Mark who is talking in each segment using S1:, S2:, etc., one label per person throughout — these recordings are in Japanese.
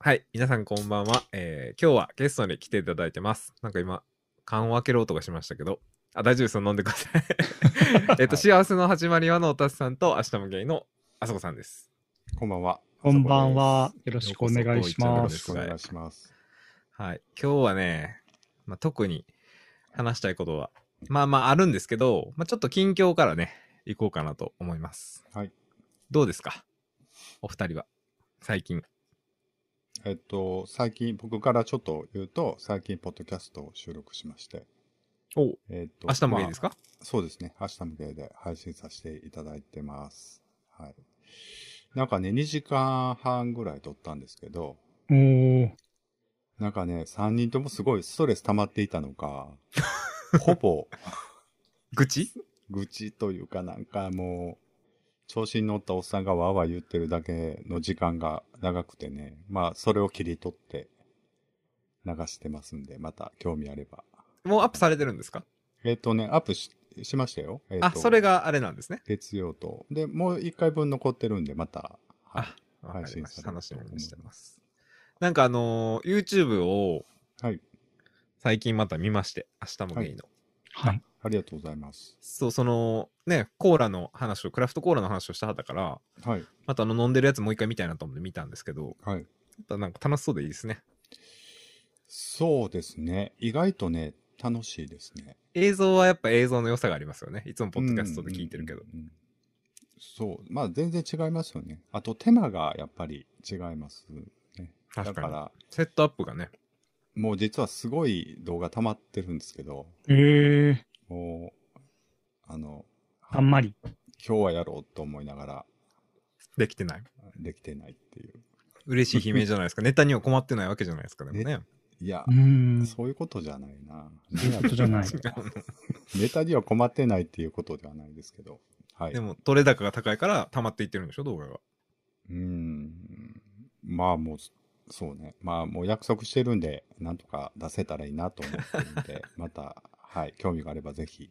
S1: はい、皆さんこんばんは。えー今日はゲストに来ていただいてます。なんか今、缶を開ける音がしましたけど、あ、大丈夫ですよ、飲んでくださ い。えっと、幸せの始まりはのおたすさんと、明日もゲイのあそこさんです。
S2: こんばんは。
S3: こんばん
S2: あ
S3: は。よろしくお願いし
S2: そこです。よ
S3: ま。
S2: ろ
S1: です
S2: しくお願いします。
S1: はい、今日はね、まあ、特に話したいことは、まあまああるんですけど、まあ、ちょっと近況からね、行こうかなと思います。
S2: はい。
S1: どうですかお二人は、最近。
S2: えっと、最近、僕からちょっと言うと、最近、ポッドキャストを収録しまして、
S1: お明
S2: えっと、
S1: 日もゲイです
S2: か、
S1: か、
S2: そうですね。明日向けで配信させていただいてます。はい。なんかね、2時間半ぐらい撮ったんですけど、
S3: おー
S2: なんかね、3人ともすごいストレス溜まっていたの か、ほぼ
S1: 愚痴
S2: 愚痴というかなんかもう、調子に乗ったおっさんがわーわー言ってるだけの時間が長くてね。まあ、それを切り取って流してますんで、また興味あれば。
S1: もうアップされてるんですか
S2: えっ、とね、アップししましたよ。えっと
S1: あ、それ。があれなんですね。
S2: 月曜と。で、もう一回分残ってるんで、また。はい
S1: あ、わかりました。
S2: 配
S1: 楽
S2: 信さ
S1: し
S2: れると思います
S1: みにしてます。なんかあのー YouTube を
S2: はい。
S1: 最近また見まして、明日もゲイの。
S3: はい。
S2: ありがとうございます。
S1: そう、その、ね、コーラの話を、クラフトコーラの話をしたはったから、
S2: はい。
S1: またあの飲んでるやつもう一回見たいなと思って見たんですけど、
S2: は
S1: や
S2: い。
S1: っぱなんか楽しそうでいいですね。
S2: そうですね。意外とね、楽しいですね。
S1: 映像はやっぱ映像の良さがありますよね。いつもポッドキャストで聞いてるけど。
S2: うんうんうんうん。そう。まあ全然違いますよね。あと手間がやっぱり違います、ね。
S1: 確かに
S2: だから、
S1: セットアップがね。
S2: もう実はすごい動画溜まってるんですけど、
S3: えー、
S2: もう、あの、
S3: あんまり。
S2: 今日はやろうと思いながら
S1: できてない。
S2: できてないっていう。
S1: 嬉しい悲鳴じゃ ないですか。ネタには困ってないわけじゃないですか。でもね。
S2: いや
S3: う、ん。
S2: そういうことじゃないな。
S3: そういうことじゃない。
S2: ネタには困ってないっていうことではないですけど。はい
S1: で。も、取れ高が高いから溜まっていってるんでしょ、動画が。
S2: うーん。まあもう、そうね。まあもう約束してるんで、なんとか出せたらいいなと思ってる んで、また、はい、興味があればぜひ、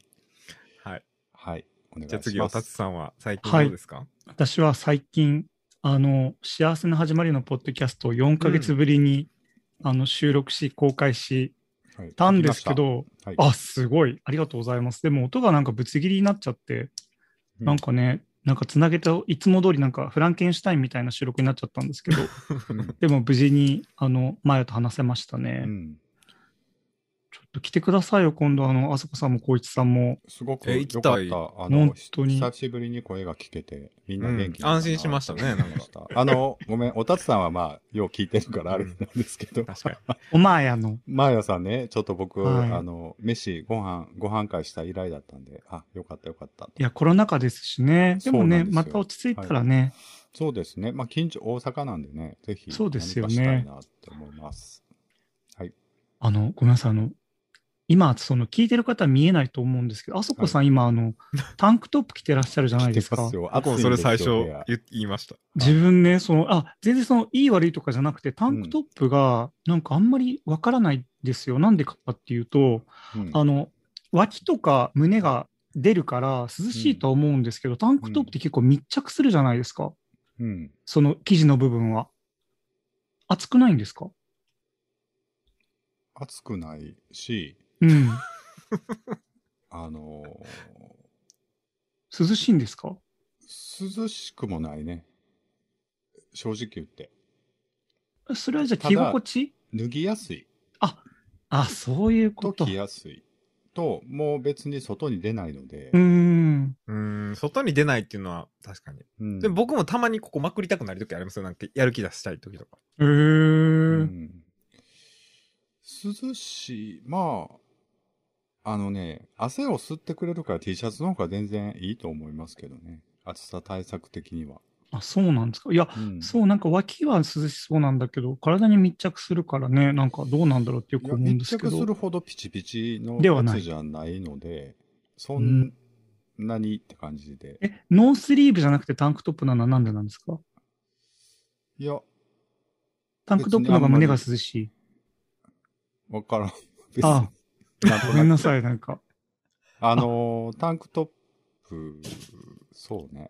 S1: はい。
S2: はい、お願いします。
S1: じゃあ次は、たつさんは最近
S3: はい
S1: どうですか、
S3: 私は最近、あの、幸せの始まりのポッドキャストを4ヶ月ぶりに、あの収録し、公開し
S2: はい
S3: たんですけ、ど、
S2: 聞きましたはい、
S3: あ、すごい。ありがとうございます。でも音がなんかぶつ切りになっちゃって、
S2: うん
S3: なんかね、なんかつなげた、いつも通りなんかフランケンシュタインみたいな収録になっちゃったんですけど、
S2: うん
S3: でも無事に、あの、マヤと話せましたね。
S2: うん、
S3: ちょっと来てくださいよ、今度、あの、あそこさんも光一さんも。
S2: すごく
S1: え
S2: 良
S1: 行き
S2: か
S1: た
S2: っ
S1: い
S2: た。あ
S3: 本
S2: の、
S3: 当に
S2: 久しぶりに声が聞けて、みんな元気
S1: うん安心しましたね
S2: なんか。あの、ごめん、おたつさんはまあ、よう聞いてるからあれなんですけど、
S1: 確かに。
S3: お前やの。
S2: マーヤさんね、ちょっと僕、
S3: はい
S2: あの、飯、ご飯、ご飯会した以来だったんで、あ、よかったよかったと。
S3: いや、コロナ禍ですしね。でも
S2: そうな
S3: ね、
S2: んですよ
S3: また落ち着いたらね、
S2: そうですね。まあ、近所、大阪なんでね、ぜひ、
S3: そうですよね
S2: 何かしたいなって思います。
S3: あの、ごめんなさい、あの、今、その、聞いてる方は見えないと思うんですけど、あそこさん、今、あの、タンクトップ着てらっしゃるじゃないです
S2: 来てま
S3: か
S2: す。よ。
S1: 僕も
S2: 暑い
S1: そ
S2: ん
S1: れ
S2: です
S1: 最
S2: よ
S1: 初
S2: 部屋
S1: 言言いました。
S3: 自分ね、その、あ、全然その、いい悪いとかじゃなくて、タンクトップが、なんかあんまりわからないんですよ。な、んでかっていうと、
S2: うん
S3: あの、脇とか胸が出るから涼しいとは思うんですけど、タンクトップって結構密着するじゃないですか。
S2: うん。
S3: その生地の部分は。熱くないんですか
S2: 暑くないし、
S3: うん。
S2: あの
S3: 涼しいんですか
S2: ー涼しくもないね。正直言って。
S3: それはじゃあ
S2: ただ
S3: 着心地
S2: 脱ぎやすい
S3: あ、そういうことと。
S2: 着
S3: う
S2: やすいと、もう別に外に出ないので。
S3: ーん。
S1: うーん、外に出ないっていうのは確かに。
S2: うん
S1: でも、僕もたまにここまくりたくなる時ありますよ。なんかやる気出したい時とか。
S3: え
S2: う
S3: ー。
S2: ん涼しい。まあ、あのね、汗を吸ってくれるから T シャツの方が全然いいと思いますけどね。暑さ対策的には。
S3: あ、そうなんですか。いや、
S2: うん
S3: そう、なんか脇は涼しそうなんだけど、体に密着するからね、なんかどうなんだろうってよ
S2: い
S3: く
S2: や
S3: 思うんです
S2: 密
S3: け
S2: 着
S3: ど。
S2: するほどピチピチの
S3: では
S2: や
S3: ない
S2: つじゃないので、そ
S3: うんん
S2: なにって感じで。
S3: え、ノースリーブじゃなくてタンクトップなのはなんでなんですか
S2: いや、
S3: タンクトップの方が胸が涼しい。
S2: わからん。別
S3: あ
S2: になんとな
S3: ご
S2: く
S3: めんなさい、なんか。
S2: あのータンクトップ、そうね。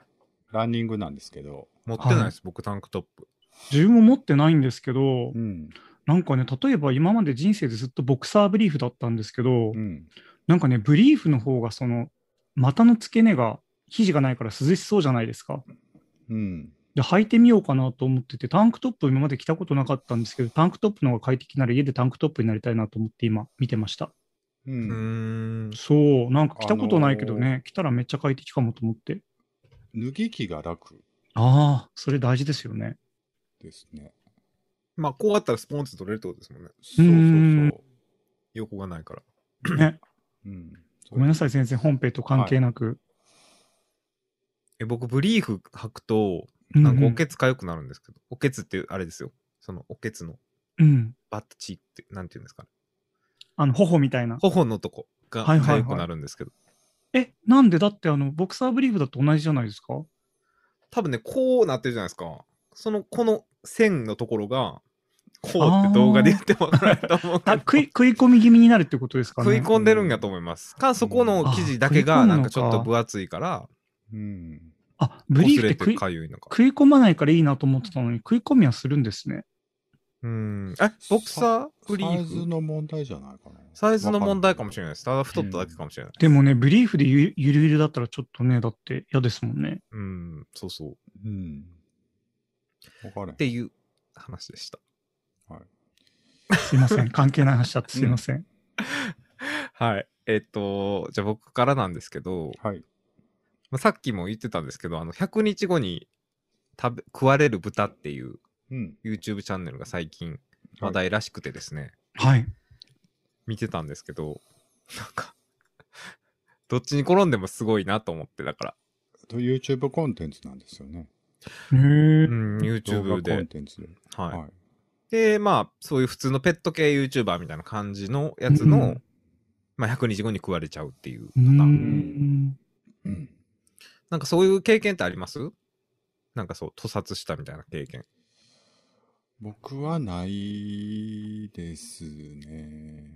S2: ランニングなんですけど、
S1: 持ってないです、僕タンクトップ。
S3: 自分も持ってないんですけど
S2: う、ん。
S3: なんかね、例えば今まで人生でずっとボクサーブリーフだったんですけど、
S2: うん。
S3: なんかね、ブリーフの方が、その、股の付け根が、肘がないから涼しそうじゃないですか。
S2: うん。
S3: で、履いてみようかなと思ってて、タンクトップ今まで着たことなかったんですけど、タンクトップの方が快適なら家でタンクトップになりたいなと思って今、見てました。
S2: う。
S1: うんん。
S3: そう、なんか着たことないけど
S2: あ
S3: ね、着たらめっちゃ快適かもと思って。
S2: 脱ぎ着が楽
S3: ああ、それ大事ですよね。
S2: ですね。
S1: まあ、こうあったらスポンツ取れるってことですもんね。
S2: そうそう
S3: うん
S2: そう。
S1: 横がないから。
S3: ね、
S2: うん。
S3: ごめんな
S2: そ
S3: さい、先生、本編と関係なく。
S1: え、僕、ブリーフ履くと、
S3: うん
S1: なんかおけつかゆくなるんですけど、おけつってあれですよ。そのおけつの
S3: うん。
S1: バッチって、なんていうんですかね。
S3: あの、頬みたいな。
S1: 頬のとこが
S3: はいはい
S1: か
S3: はい
S1: ゆくなるんですけど、
S3: え、なんでだって、あの、ボクサーブリーフだと同じじゃないですか
S1: 多分ね、こうなってるじゃないですか。その、この線のところが、こうって動画で言ってもらえると思うけ
S3: あ
S1: ど。
S3: 食い食い込み気味になるってことですか
S1: 食い
S3: ね。
S1: 込んでるんやと思います。か、そこの生地だけ
S3: あ
S1: が
S3: 食い込むのか
S1: なんかちょっと分厚いから、
S2: う。うん。
S3: あ、ブリーフって
S1: 擦
S3: 食
S1: れ
S3: い
S1: てかゆいのか。
S3: 食い込まないからいいなと思ってたのに、食い込みはするんですね。
S1: うん。え、ボクサーブリ
S2: サイ
S1: ー
S2: ズ
S1: フ
S2: の問題じゃないかな。
S1: サイズの問題かもしれ
S2: ない。
S1: ないです。ただ太っただけかもしれない。
S3: でもね、ブリーフでゆゆるゆるだったらちょっとね、だって嫌ですもんね。
S1: うん、そうそう。っ
S2: うん。わかる。
S1: ていう話でした。
S3: すいません。関係ない話だってすいません。
S1: はい。えっと、じゃあ僕からなんですけど、
S2: はい。
S1: まあ、さっきも言ってたんですけど、あの、100日後に食べ食われる豚っていう
S2: うん。
S1: YouTube チャンネルが最近話題らしくてですね、
S3: はい。
S1: 見てたんですけど、 なんか、どっちに転んでもすごいなと思って、だから、
S2: と YouTube コンテンツなんですよね。
S3: へ
S1: う
S3: え。
S1: ん、YouTube
S2: 動画コン
S1: で。
S2: テンツで。
S1: はい。
S2: はい。
S1: で、まあ、そういう普通のペット系 YouTuber みたいな感じのやつの、
S3: うん
S1: まあ、100日後に食われちゃうっていう
S3: う
S1: パターン。
S3: ん。
S2: うん
S1: なんかそういう経験ってありますなんかそう、屠殺したみたいな経験。
S2: 僕はないですね。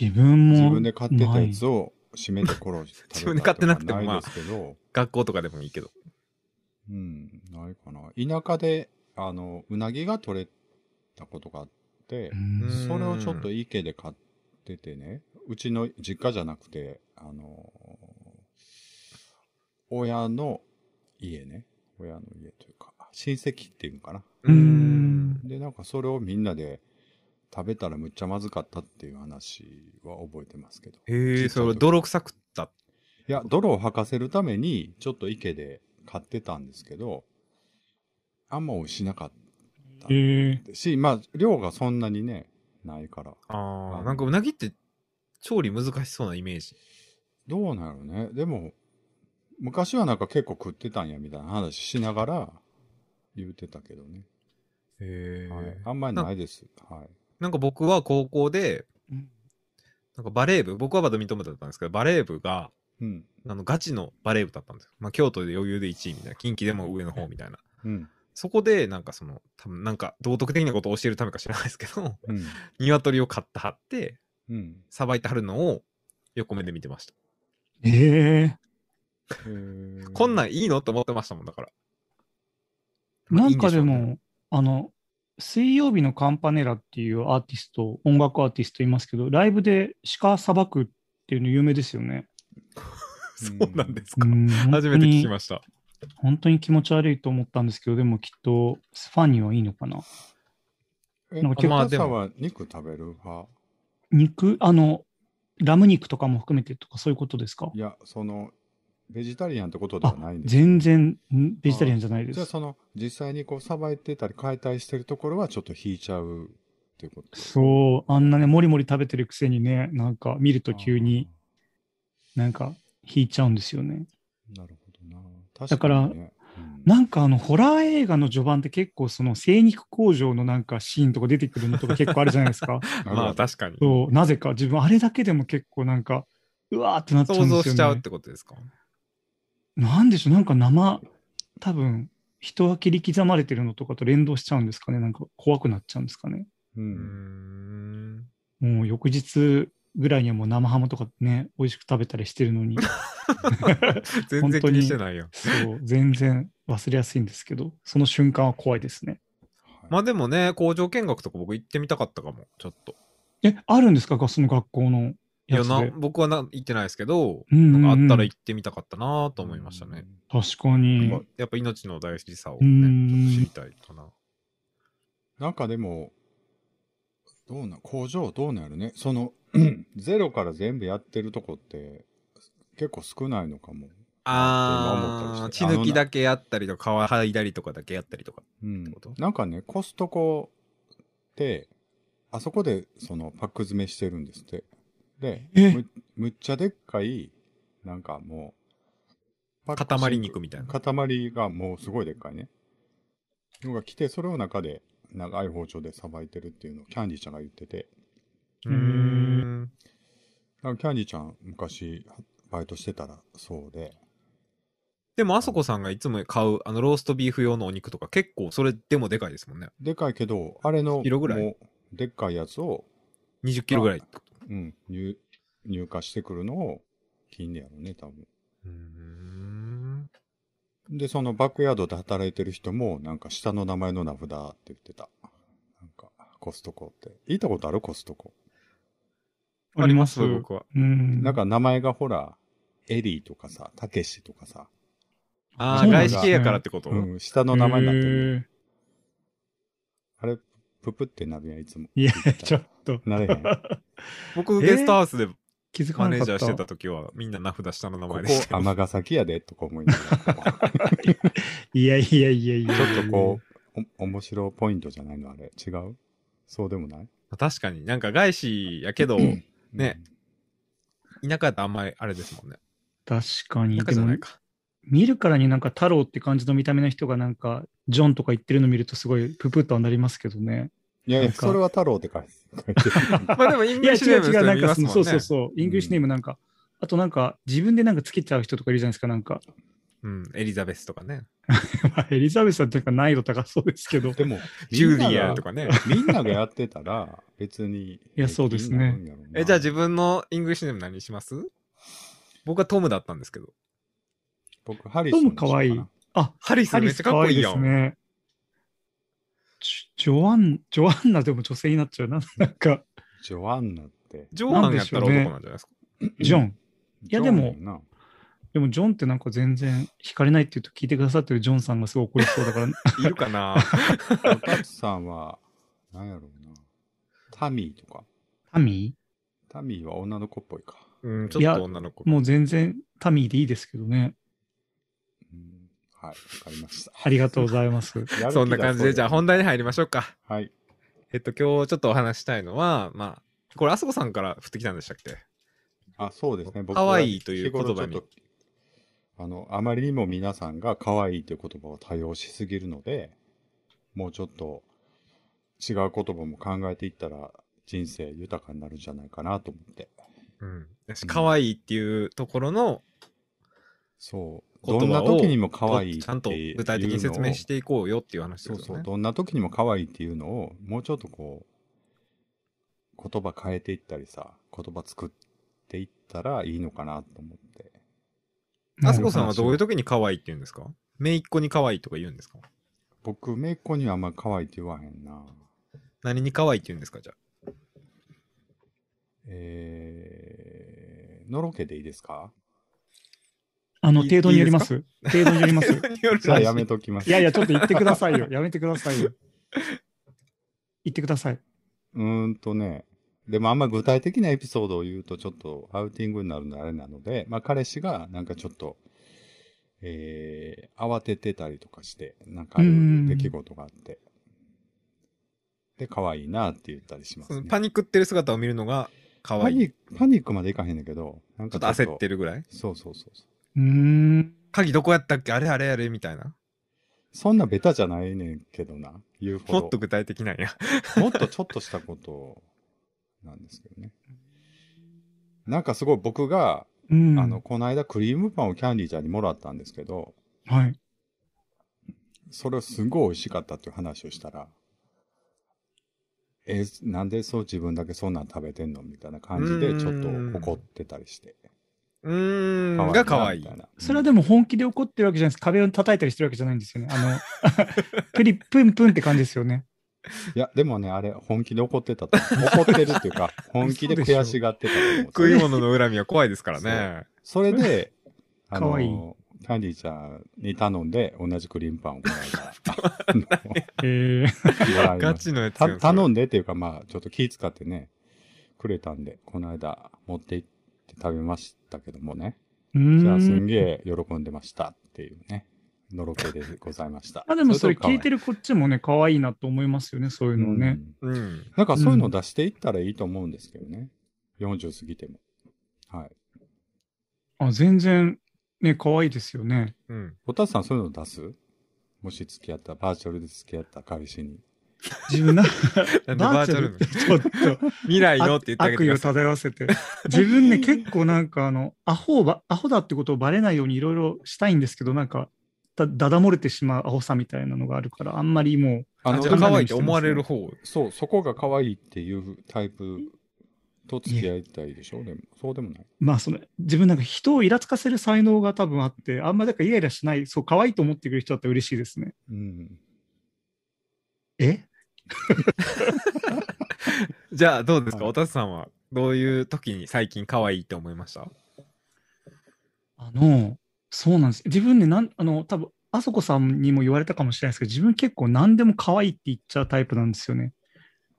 S3: 自分も。
S2: 自分で買ってたやつを締めて殺して
S1: 自分で買ってなくてもま
S2: な
S1: あ
S2: いですけど、
S1: 学校とかでもいいけど。
S2: うん、ないかな。田舎で、あの、うなぎが取れたことがあって
S3: う、ん。
S2: それをちょっと池で買っててね、うちの実家じゃなくて、あの、親の家ね、親の家というか、親戚っていうのかな。
S1: う
S3: う
S1: んん。
S2: で、なんかそれをみんなで食べたらむっちゃまずかったっていう話は覚えてますけど。
S1: へえ、それ泥臭くった。
S2: いや、泥を吐かせるために、ちょっと池で買ってたんですけど、あんま美味しなかっ
S3: へえ。
S2: たし、まあ、量がそんなにね、ないから。
S1: あ
S2: う
S1: あ、
S2: ん
S1: なんかうなぎって調理難しそうなイメージ。
S2: どうなのね。でも、昔はなんか結構食ってたんや、みたいな話しながら、言うてたけどね。
S1: へ
S2: はい、あんまりないです。はい。
S1: なんか僕は高校で、なんかバレー部、僕はバドミントン部だったんですけど、バレー部が、
S2: うん。
S1: あのガチのバレー部だったんですよ。まあ、京都で余裕で1位みたいな、近畿でも上の方みたいな。
S2: うん。
S1: そこで、なんかその、多分なんか道徳的なことを教えるためか知らないですけど、
S2: うん。
S1: 鶏を買ってはって、
S2: うん。
S1: さばいてはるのを横目で見てました。
S3: へえ。
S2: へー
S1: こんなんいいのと思ってましたもんだから。まあ
S3: なんかで、
S1: いいんしょうね
S3: も、あの、水曜日のカンパネラっていうアーティスト、音楽アーティストいますけど、ライブで鹿さばくっていうの有名ですよね。
S1: そうなんです
S3: う
S1: か。
S3: ん
S1: 初めて聞き
S3: 本
S1: ました。
S3: 当に本当に気持ち悪いと思ったんですけど、でもきっとファンにはいいのかな。
S2: え
S3: なんか結構
S2: まあ
S1: で
S2: で
S1: も
S2: も。は肉食べる派
S3: 肉、あの、ラム肉とかも含めてとかそういうことですか
S2: いや、その、ベジタリアンってことで
S3: あ
S2: はないん、ですよ
S3: 全然んベジタリアンじゃないで
S2: じゃあ
S3: す。
S2: その、実際にこう、さばいてたり解体してるところはちょっと引いちゃうっていうこと
S3: そう、あんなね、もりもり食べてるくせにね、なんか見ると急に。なんか引いちゃうんですよね。
S2: あーなるほどな。確
S3: だか
S2: からにね、うん
S3: なんかあのホラー映画の序盤って結構その精肉工場のなんかシーンとか出てくるのとか結構あるじゃないですか。
S1: まあ確かに。
S3: そうなぜか自分あれだけでも結構なんかうわーってなっちゃう
S1: 想
S3: んで
S1: 像
S3: すよ
S1: し
S3: ね。
S1: ちゃうってことですか。
S3: なんでしょうなんか生多分人が切り刻まれてるのとかと連動しちゃうんですかねなんか怖くなっちゃうんですかね。
S2: う
S1: うーん。
S2: ん。
S3: もう翌日ぐらいにはもう生ハムとかね美味しく食べたりしてるのに
S1: 全然気 にしてないよ。
S3: そう全然忘れやすいんですけどその瞬間は怖いですね。
S1: まあでもね、工場見学とか僕行ってみたかったかも、ちょっと。
S3: え、あるんですかがその学校の
S1: い
S3: や
S1: や
S3: つ
S1: な
S3: で。
S1: 僕はな行ってないですけど、
S3: うん
S1: な
S3: う
S1: んん
S3: うん
S1: かあったら行ってみたかったなと思いましたね。。
S3: 確かに。
S1: まあやっぱ命の大事さを
S3: うん
S1: ね、ちょっと知りたいかな。
S2: なんかでも、どうな、工場どうなるね。その、 ゼロから全部やってるとこって、結構少ないのかも。
S1: あー、血
S2: 今思ったりして
S1: 抜きだけやったりとか、皮剥いだりとかだけやったりとか。
S2: うん
S1: ってこと
S2: なんかね、コストコって、あそこでそのパック詰めしてるんですって。で、
S3: え
S2: むむっちゃでっかい、なんかもう、パックして
S1: 塊肉みたいな。
S2: 塊がもうすごいでっかいね。のが来て、それを中で長い包丁でさばいてるっていうのをキャンディーちゃんが言ってて。
S1: うーん。
S2: なんかキャンディーちゃん昔バイトしてたらそうで。
S1: でも、あそこさんがいつも買う、あの、ローストビーフ用のお肉とか、結構それでもでかいですもんね。
S2: でかいけど、あれの、
S1: キロぐらい
S2: もうでっかいやつを、
S1: 20キロぐらい。
S2: うん、入、入荷してくるのを、金でやろうね、多分。
S1: うーん。
S2: で、そのバックヤードで働いてる人も、なんか下の名前の名札って言ってた。なんか、コストコって。行ったことあるコストコ。
S1: あります、
S3: う
S1: 僕は。
S3: ん。
S2: なんか名前がほら、エリーとかさ、たけしとかさ、
S1: あ
S3: そ
S1: あ、
S3: うなんだ
S1: 外資系やからってこと、
S2: うん、下の名前になってる。
S3: へ
S2: あれ、ププってなるやん、いつも。
S3: えいや、ちょっと。
S2: なれへん。
S1: 僕、
S3: えー
S1: ゲストハウスで
S3: 気づか
S1: マネ
S3: なか
S1: ー
S3: っ
S1: ジ
S3: た。
S1: ャーしてた時は、みんな名札下の名
S2: ここ
S1: 前でした。、
S2: 尼崎やで、とか思いながら。
S3: いやいやいやいや。
S2: ちょっとこう、お、面白ポイントじゃないのあれ違うそうでもない
S1: 確かに、なんか外資やけど、ね、田舎ってあんまりあれですもんね。
S3: 確かに。
S1: 田舎
S3: で
S1: じゃな
S3: も
S1: い、か。
S3: 見るからになんか太郎って感じの見た目の人がなんか、ジョンとか言ってるの見るとすごいププッとはなりますけどね。
S2: いやい
S3: な
S2: や、
S3: んか
S2: それは太郎って書いて書いてる。
S1: まあでも、イン
S3: い
S1: グ
S3: や、
S1: リッシ
S3: 違
S1: ュネー
S3: う
S1: ム
S3: 違
S1: の
S3: う。
S1: 人
S3: なん
S1: いま
S3: か
S1: す
S3: そ
S1: もんね。
S3: の、そうそうそう。イングリッシュネームなんか、あとなんか、自分でなんかつけちゃう人とかいるじゃないですか、なんか。
S1: うん、エリザベスとかね。
S3: まあエリザベスさんってなんか難易度高そうですけど。
S2: でも、
S1: ジュリア
S2: や
S1: とかね。
S2: みんながやってたら、別に。い
S3: やそうですね。
S1: え、じゃあ自分のイングリッシュネーム何にします僕はトムだったんですけど。
S2: 僕、ハリス
S3: ト
S2: ンに
S3: ム
S2: し
S3: か
S2: ような
S3: わいい。あ、
S1: ハリス
S3: ハ
S1: め
S3: リ
S1: っち
S3: ス
S1: ゃか
S3: か
S1: っ
S3: わ
S1: こ
S3: い
S1: い
S3: い
S1: い
S3: で
S1: や
S3: す
S1: ん。
S3: ね。ジョジョアン、ジョアンナでも女性になっちゃうな。なんか、
S2: ジョアンナって。
S1: ジョーハンやったら男なんじゃないですか。
S3: ジョン。いやでも
S2: ジョンナやな
S3: でも、ジョンってなんか全然惹かれないって言うと聞いてくださってるジョンさんがすごい怒りそう だから、
S1: いるかな
S2: おかつさんは、なんやろうな。タミーとか。
S3: タミ
S2: タミーは女の子っぽいか。
S1: うん、ちょっと女の子
S3: ー。もう全然タミーでいいですけどね。
S2: うんはい、わかりました。
S3: ありがとうございます。
S2: やる気が
S1: そんな感じで、じゃあ本題に入りましょうか。
S2: はい。
S1: えっと、今日ちょっとお話したいのは、まあ、これ、あそこさんから降ってきたんでしたっけ
S2: あ、そうですね。僕
S1: 可
S2: は
S1: 愛いという言葉に
S2: 日頃ちょっと。あの、あまりにも皆さんが可愛いという言葉を多用しすぎるので、もうちょっと違う言葉も考えていったら人生豊かになるんじゃないかなと思って。
S1: うん。だし
S2: うん
S1: 可愛いっていうところの、
S2: そう。
S1: 言葉を
S2: どんな時にも可愛いっていうのを
S1: ちゃんと具体的に説明していこうよっていう話
S2: そ
S1: で
S2: う
S1: す
S2: そ
S1: よ
S2: う。
S1: ね。
S2: どんな時にも可愛いっていうのを、もうちょっとこう、言葉変えていったりさ、言葉作っていったらいいのかなと思って。
S1: あそこさんはどういう時に可愛いって言うんですか姪っ子に可愛いとか言うんですか
S2: 僕、めいっ子にはあんま可愛いって言わへんな。
S1: 何に可愛いって言うんですかじゃあ。
S2: えー、のろけでいいですか
S3: あの、程度によります。程度によ ります。
S2: じゃあやめときます。
S3: いやいや、ちょっと言ってくださいよ。やめてくださいよ。言ってください。
S2: うーんとね、でもあんま具体的なエピソードを言うとちょっとアウティングになるのであれなので、まあ彼氏がなんかちょっと、えー、慌ててたりとかして、なんかある出来事があって、で、可愛いなって言ったりしま
S1: そ
S2: す、
S1: の
S2: ね。
S1: パニックってる姿を見るのが可
S2: パ
S1: 愛い。
S2: ニック、パニックまでいかへんねんけど、なん
S1: ちょ
S2: か
S1: っと焦ってる
S2: る。
S1: ぐらい
S2: そうそうそうそう。
S3: うーん。
S1: 鍵どこやったっけあれあれあれみたいな。
S2: そんなベタじゃないねんけどな、言うほ
S1: も
S2: ど。
S1: っと具体的なんや。
S2: もっとちょっとしたことなんですけどね。なんかすごい僕が、
S3: うん。
S2: あの、、この間クリームパンをキャンディーちゃんにもらったんですけど、
S3: はい。
S2: それをすごい美味しかったっていう話をしたら、えーなんでそう自分だけそんなん食べてんのみたいな感じで
S1: う
S2: ちょ
S1: ー
S2: っ
S1: ん
S2: と怒ってたりして。
S1: うー
S2: 可愛
S1: ん。
S2: な
S1: が可愛い
S2: みた。な
S3: それはでも本気 で怒ってるわけじゃないです。壁を叩いたりしてるわけじゃないんですよね。あの、プリプンプンって感じですよね。
S2: いや、でもね、あれ、本気で怒ってたと思う。怒ってるっていうか、本気で悔しがってたと思う。
S1: 食い物の恨みは怖いですからね。
S2: それで、あ
S3: か
S2: の、
S3: わいい
S2: キャンディーちゃんに頼んで、同じクリームパンをもらえた
S3: えー、
S2: あのもらい
S1: ガ
S2: ました
S1: チのやつ
S2: た頼
S1: ん
S2: んでっていうか、まあ、ちょっと気使ってね、くれたんで、この間持って行って食べましたけどもね。
S3: う
S2: じゃあ、すん
S3: ん。
S2: げえ喜んでましたっていうね、のろけでございま した。
S3: あでもそれ聞いて
S2: る
S3: るこっちもね、可愛いなと思いますよね、そういうのをね。
S1: うん。
S2: なんかそういうの出していったらいいと思うんですけどね。40過ぎても。はい。
S3: あ、全然、ね、可愛いですよね。
S1: うん。
S2: おたつさんそういうの出すもし付き合った、バーチャルで付き合った彼氏に。
S3: 自分な、
S1: なんでバー
S3: バー
S1: チャ
S3: チャ
S1: ル
S3: ル
S1: の
S3: ってちょっと。
S1: 未来のって言ってあげ
S3: 悪
S1: て
S3: 意
S1: く
S3: を
S1: ださい。
S3: 漂わせて。自分 ね、結構なんかあの、アホをば、アホだってことをバレないようにいろいろしたいんですけど、なんか、だ、だだ漏れてしまうアホさみたいなのがあるから、あんまりもう、
S2: あ
S1: あ
S2: の
S1: じゃ
S3: 考
S1: あ
S3: えない
S1: 可愛いっ
S3: ようにしててます
S1: 思われる方。
S2: そう、そこが可愛いっていうタイプと付き合いたいでしょでも、そうでもない。
S3: まあその、自分なんか人をイラつかせる才能が多分あって、あんまだからイライラしない、そう、可愛いと思ってくれる人だったら嬉しいですね。
S2: うん。
S3: え
S1: じゃあどうですか
S2: はい
S1: おたつさんはどういう時に最近可愛いって思いました
S3: あの、そうなんです。自分ね、なん、あの、多分あそこさんにも言われたかもしれないですけど、自分結構何でも可愛いって言っちゃうタイプなんですよね。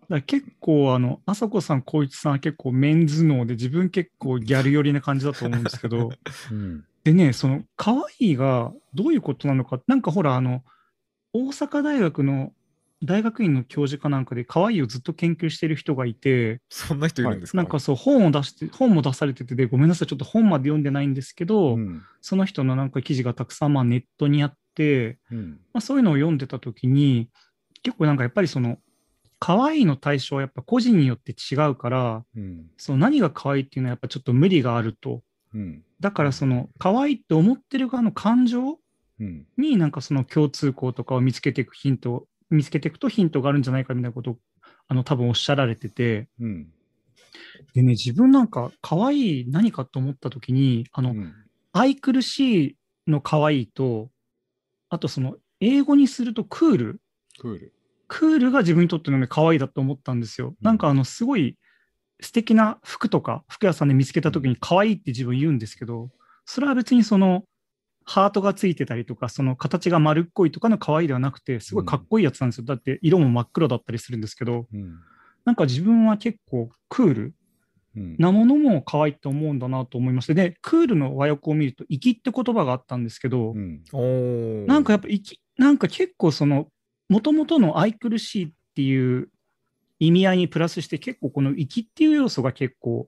S3: だから結構、あの、あそこさん、光一さんは結構メンズ脳で、自分結構ギャル寄りな感じだと思うんです けど、
S2: うん。
S3: でね、その、可愛いがどういうことなのか、なんかほら、あの、大阪大学の大学院の教授かなんかで、可愛いをずっと研究してる人がいて、
S1: そんな人いるんですか
S3: なんかそう、本を出して、本も出されてて、で、ごめんなさい、ちょっと本まで読んでないんですけど、
S2: うん。
S3: その人のなんか記事がたくさんまあネットにあって、
S2: うん。
S3: まあ、そういうのを読んでた時に、結構なんかやっぱりその、可愛いの対象はやっぱ個人によって違うから、
S2: うん。
S3: その何が可愛いっていうのはやっぱちょっと無理があると。
S2: うん。
S3: だからその、可愛いって思ってる側の感情
S2: うん。
S3: になんかその共通項とかを見つけていくヒントを、見つけていくとヒントがあるんじゃないかみたいなことを、あの、多分おっしゃられてて、
S2: うん。
S3: でね、自分なんか可愛い何かと思った時に、あの、
S2: うん
S3: 愛くるしいの可愛いと、あとその英語にするとクール。
S2: クール。
S3: クールが自分にとってのね、可愛いだと思ったんですよ。なんかあの、すごい素敵な服とか、服屋さんで見つけた時に可愛いって自分言うんですけど、それは別にその、ハートがついてたりとか、その形が丸っこいとかの可愛いではなくて、すごいかっこいいやつなんですよ。だって色も真っ黒だったりするんですけど、
S2: うん。
S3: なんか自分は結構クール
S2: うん。
S3: なものも可愛いと思うんだなと思いまして、で、クールの和訳を見ると、粋って言葉があったんですけど、
S2: うん。
S1: おー
S3: なんかやっぱ粋、なんか結構その、もともとの愛くるしいっていう意味合いにプラスして、結構この粋っていう要素が結構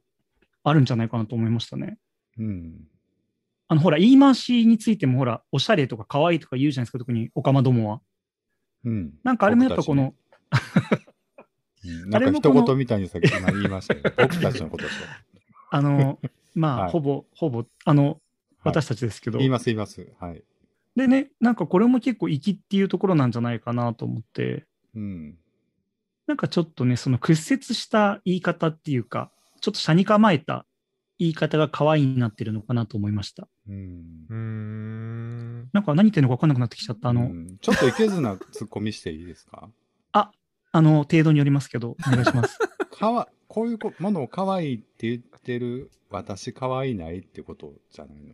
S3: あるんじゃないかなと思いましたね。
S2: うん。
S3: あの、ほら、言い回しについても、ほら、おしゃれとか可愛いとか言うじゃないですか、特にオカマどもは。
S2: うん。
S3: なんかあれもやっぱこ の、
S2: うんなんか一言みたいにさっき今言いましたけど、僕たちのことでしょ。
S3: あの、まあ、
S2: はい
S3: ほぼ、ほぼ、あの、
S2: はい
S3: 私たちですけど。
S2: 言います、言います。はい。
S3: でね、なんかこれも結構粋っていうところなんじゃないかなと思って。
S2: うん。
S3: なんかちょっとね、その屈折した言い方っていうか、ちょっと斜に構えた言い方が可愛いになってるのかなと思いました。
S2: うん
S1: うー。ん。
S3: なんか何言ってるのか分かんなくなってきちゃった。あの、
S2: うんちょっといけずなツッコミしていいですか
S3: あの、程度によりますけど、お願いします。
S2: かわ、こういうこものを可愛いって言ってる、私可愛いないってことじゃないの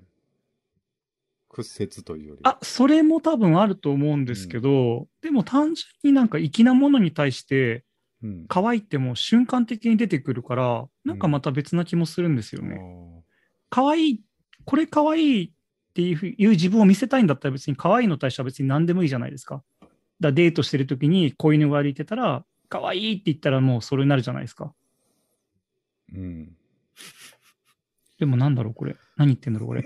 S2: 屈折というより。
S3: あ、それも多分あると思うんですけど、でも単純になんか粋なものに対して、
S2: うん。
S3: 可愛いってもう瞬間的に出てくるから、なんかまた別な気もするんですよ
S2: あ
S3: ね。
S2: ー
S3: 可愛いこれ可愛いっていうふういう自分を見せたいんだったら別に可愛いの対しては別に何でもいいじゃないですか。だからデートしてる時に子犬が歩いてたら、可愛いって言ったらもうそれになるじゃないですか。
S2: うん。
S3: でもなんだろうこれ。何言ってんだろうこれ。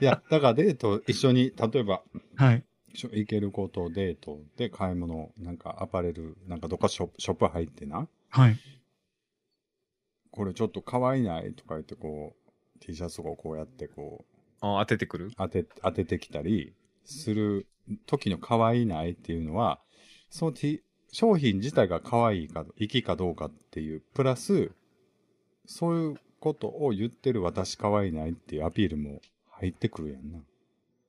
S2: いや、だからデート、一緒に、例えば、
S3: はい。
S2: 一緒に行けることデートで買い物、なんかアパレル、なんかどっかショップ、ショップ入ってな、
S3: はい。
S2: これちょっと可愛いないとか言ってこう、T シャツをこうやってこう、
S1: あ当ててくる
S2: 当て、当ててきたりする時の可愛いないっていうのは、その T、商品自体が可愛いか、生きかどうかっていう、プラス、そういうことを言ってる私可愛いないっていうアピールも入ってくるやんな。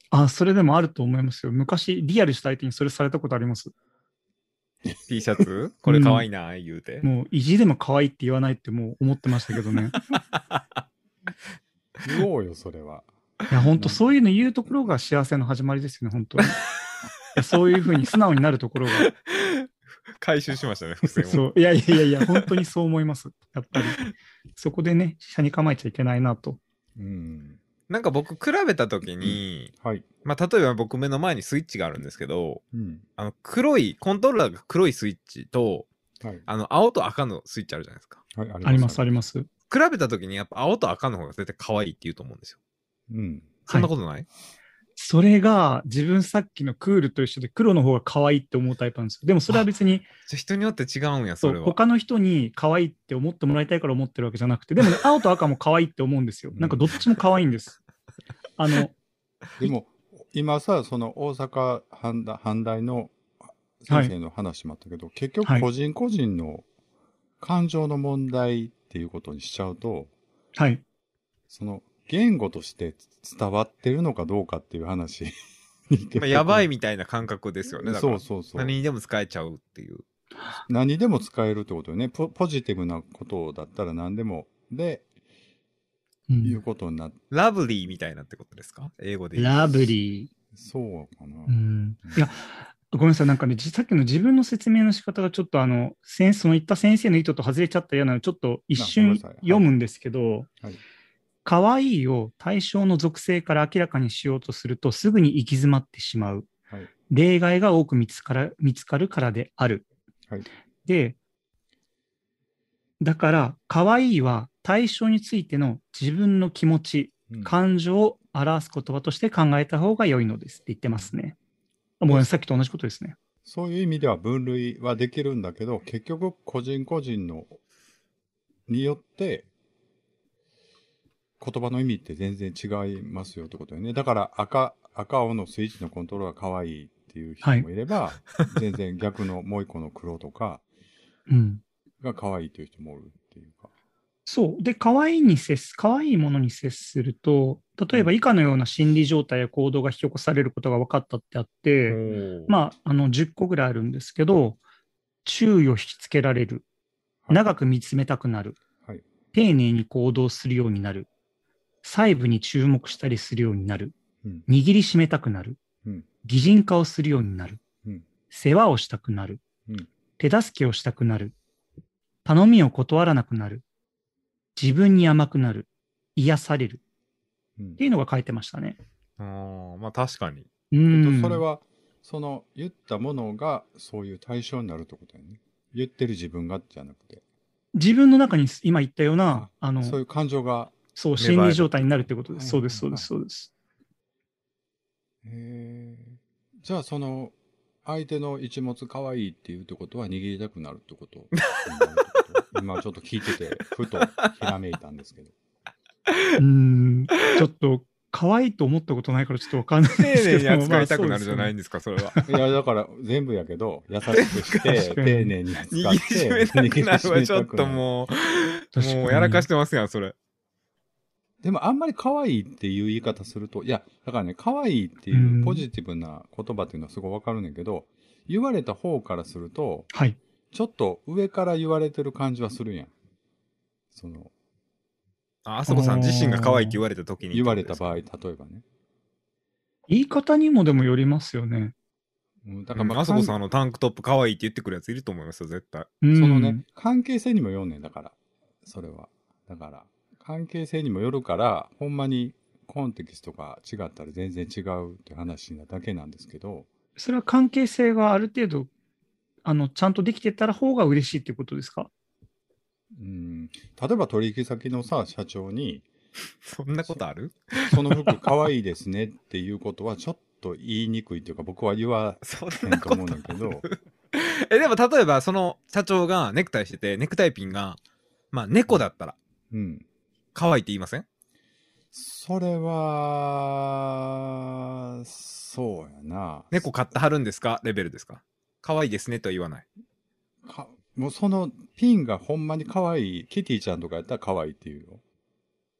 S3: あ、それでもあると思いますよ。昔、リアルした相手にそれされたことあります。
S1: T シャツこれかわいいな、言うて。
S3: もう意地でも可愛いって言わないってもう思ってましたけどね。
S2: 言おうよ、それは。
S3: いや、本当そういうの言うところが幸せの始まりですよね、本当に。いやそういうふうに素直になるところが。
S1: 回収しま したね、伏線を。
S3: そう。いやいやいやいや、本当にそう思います。やっぱり。そこでね、車に構えちゃいけないなと。
S2: うん。
S1: なんか僕、比べた時に、
S2: はい。
S1: まあ、例えば僕目の前にスイッチがあるんですけど、
S2: うん。
S1: あの、黒い、コントローラーが黒いスイッチと、
S2: はい。
S1: あの、青と赤のスイッチあるじゃないですか。
S2: はい、
S3: あります、あ
S2: り
S3: ります。
S1: 比べた時に、やっぱ青と赤の方が絶対可愛いって言うと思うんですよ。
S2: ます。うん。
S1: そんなことない、
S3: それが、自分さっきのクールと一緒で黒の方が可愛いって思うタイプなんですよ。でもそれは別に、
S1: じゃあ人によって違うんや、
S3: そ
S1: そうれは。
S3: 他の人に可愛いって思ってもらいたいから思ってるわけじゃなくて、でもね、青と赤も可愛いって思うんですよ。なんかどっちも可愛いんです。あの、
S2: でも、今さ、その大阪阪大阪大の先生の話もあったけど、結
S3: は
S2: 局
S3: い
S2: 個人個人の感情の問題っていうことにしちゃうと、
S3: はい。
S2: その言語として伝わってるのかどうかっていう話 に
S1: ま
S2: 結
S1: あ、
S2: 局
S1: やばいみたいな感覚ですよね。だか
S2: そ
S1: ら
S2: うそうそう。
S1: 何
S2: 何
S1: にでも使えちゃうっていう。
S2: でも使えるってことよねポ。ポジティブなことだったら何でも、で、
S3: うん
S2: いうことになって、
S1: ラブリーみたいなってことですか英語で言う。
S3: ラブリ
S2: そうかな。
S3: ー。うん。いや、ごめんなさい、なんかね、じさっきの自分の説明の仕方がちょっと、あの、先その言った先生の意図と外れちゃったようなのでちょっと一
S2: あごめん
S3: 瞬
S2: なさいはい
S3: 読むんですけど
S2: はい、
S3: 可愛いを対象の属性から明らかにしようとすると、すぐに行き詰まってしまう
S2: はい。
S3: 例外が多く見つから見つかるからである。
S2: はい
S3: で、だから、可愛いは対象についての自分の気持ち、
S2: うん
S3: 感情を表す言葉として考えた方が良いのですって言ってますね。あもうさっきと同じことですね。
S2: そういう意味では分類はできるんだけど、結局個人個人のによって言葉の意味って全然違いますよってことよね。だから赤、赤青のスイッチのコントローラー可愛いっていう人もいれば、全然逆のもう一個の黒とか
S3: うん。
S2: が可愛いという人もおるっていうか。
S3: そう。で、可愛いに接す、可愛いものに接すると、例えば以下のような心理状態や行動が引き起こされることが分かったってあって、
S1: あ、
S3: まあ、あの、10個ぐらいあるんですけど、注意を引きつけられる。
S2: はい
S3: 長く見つめたくなる。
S2: はい
S3: 丁寧に行動するようになる。細部に注目したりするようになる。
S2: うん。
S3: 握りしめたくなる。
S2: うん
S3: 擬人化をするようになる。
S2: うん
S3: 世話をしたくなる。
S2: うん
S3: 手助けをしたくなる。頼みを断らなくなる。自分に甘くなる。癒される。
S2: うん
S3: っていうのが書いてましたね。
S1: うんまあ確かに。
S3: う
S2: えっ
S3: ん。
S2: とそれは、その言ったものがそういう対象になるってことよね。言ってる自分がじゃなくて、
S3: 自分の中に今言ったような、あの、
S2: そういう感情が、
S3: そう、
S1: 芽生える
S3: 心理状態になるってことです。
S2: は
S3: そ
S2: いう
S3: です、そ
S2: は
S3: う
S2: いはい
S3: です、そうです。
S2: へえじゃあその相手の一物可愛いっていうってことは握りたくなるってこと 今ちょっと聞いててふとひらめいたんですけ ど
S3: うーん、ちょっと、可愛いと思ったことないからちょっとわかんない
S1: 丁
S3: ですけ
S1: 寧
S3: ど。
S1: に扱いたくなるじゃない
S3: まあ
S1: んですか、それは。
S2: いやだから全部やけど優しくして
S3: 確かに
S2: 丁寧に扱
S1: 握
S2: っ
S1: り
S2: て
S1: しめたくなる
S2: 握
S1: は
S2: りし
S1: ち
S2: め
S1: ょ
S2: た
S1: っ
S2: くな
S1: と
S2: る
S1: もう、
S3: 確かに
S1: もうやらかしてますやん、それ。
S2: でもあんまり可愛いっていう言い方するといやだからね可愛いっていうポジティブな言葉っていうのはすごいわかるんだけど言われた方からすると
S3: そうですよね
S2: ちょっと上から言われてる感じはするやんその
S1: ああそこさん自身が可愛いって言われた時に。
S2: 言われた場合例えばね
S3: はい。言い方にもでもよりますよね。
S2: うんだ
S1: だ
S2: か、
S1: からら、
S2: ま
S1: あ
S2: あ、
S1: そ
S2: そ
S1: こ
S2: こ
S1: さ
S2: そ
S1: んのタンクトップ可愛いって言ってくるやついると思いますよ、絶対。
S3: うん
S2: のね、関係性にもよんねん、だから、それは。だから、関係性にもよるから、ほんまにコンテキストが違ったら全然違うって話なだけなんですけど、
S3: それは関係性がある程度、あの、ちゃんとできてたら方が嬉しいってことですか
S2: うん、例えば取引先のさ、社長に、
S1: そんなことある
S2: その服可愛いですねっていうことは、ちょっと言いにくいっていうか、僕は言わ
S1: そん
S2: へ
S1: なん
S2: と
S1: こと
S2: 思うんだ
S1: あ
S2: け ど
S1: る、え、でも例えば、その社長がネクタイしてて、ネクタイピンが、まあ、猫だったら、
S2: うん。
S1: 可愛いって言いません
S2: それは、そうやな。
S1: 猫買ってはるんですかレベルですか可愛いですねとは言わない。
S2: かもうそのピンがほんまに可愛い、キティちゃんとかやったら可愛いっていうよ。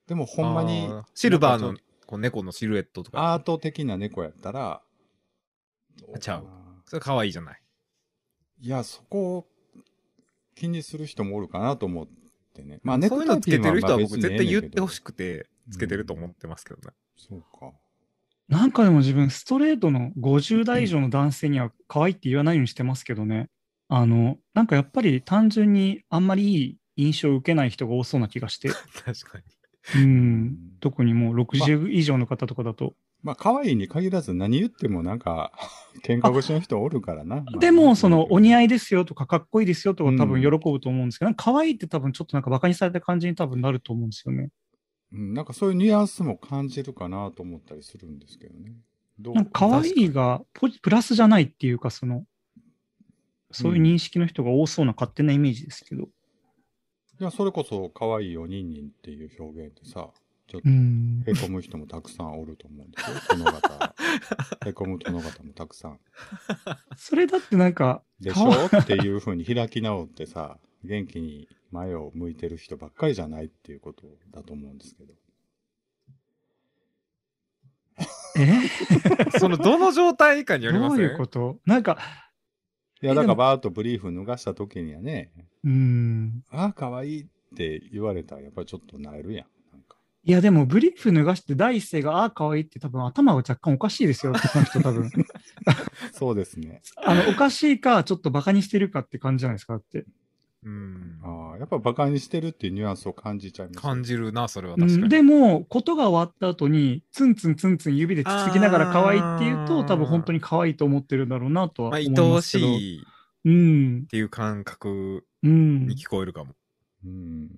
S2: でもほんまに
S1: あーシルバー
S2: なん
S1: の
S2: かち
S1: こう猫のシルエットと
S2: ょっとア
S1: か。
S2: ート的な猫やったら、どかな
S1: ちゃうそれ可愛いじゃない。
S2: いや、そこを気にする人もおるかなと思ってね。まあ、
S1: そういうのつけてる人は僕絶対言ってほし
S2: く。
S1: くて、つけてると思ってますけどね。
S2: そうか。
S3: なんかでも自分、ストレートの50代以上の男性には可愛いって言わないようにしてますけどね。あの、なんかやっぱり単純にあんまりいい印象を受けない人が多そうな気がして。
S1: 確かに。
S3: うん。特にもう60以上の方とかだと。
S2: まあ、可愛いに限らず何言ってもなんか、 喧嘩腰の人おるからな。
S3: でも、その、お似
S2: い。
S3: 合いですよとか、かっこいいですよとか多分喜
S2: うん
S3: ぶと思うんですけど、なんか可愛いって多分ちょっとなんか馬鹿にされた感じに多分なると思うんですよね。
S2: うん、なんかそういうニュアンスも感じるかなと思ったりするんですけどね。どう
S3: なんか可愛いがポジプラスじゃないっていうか、その、そういう認識の人が多そうな勝手なイメージですけど。
S2: いや、それこそ可愛いおにんにんっていう表現でさ、ちょっ
S3: う
S2: と
S3: ん。
S2: へこむ人もたくさんおると思うんです よ。殿方。へこむ殿方もたくさん。
S3: それだってなんか、
S2: でし
S3: かわ
S2: ょっていうふうに開き直ってさ、元気に前を向いてる人ばっかりじゃないっていうことだと思うんですけど。
S3: え
S1: その、どの状態以下により
S3: ど
S1: ます
S3: う
S1: ね。
S3: いうことなんか、
S2: いや、だからバーッとブリーフ脱がした時にはね、
S3: うーん。
S2: ああ、可愛いって言われたらやっぱりちょっとなえるやん。なんか
S3: いや、でも、ブリーフ脱がして第一声が、ああ、可愛いって多分頭が若干おかしいですよってこの人 多分。
S2: そうですね。
S3: あの、おかしいか、ちょっとバカにしてるかって感じじゃないですかだって。
S1: うん。
S2: ああ、やっぱ馬鹿にしてるっていうニュアンスを感じちゃいます。
S1: 感じるな、それは
S3: う
S1: 確かに。
S3: ん、でも、ことが終わった後に、ツンツンツンツン指でつつきながら可愛いって言う
S1: あ
S3: と、
S1: ー
S3: 多分本当に可愛いと思ってるんだろうなとは
S1: まあ、
S3: 思い
S1: 愛
S3: ま
S1: お
S3: すけど。
S1: しいっ
S3: うん。
S1: ていう感覚
S3: うん
S1: に。聞こえるかも。
S2: うん。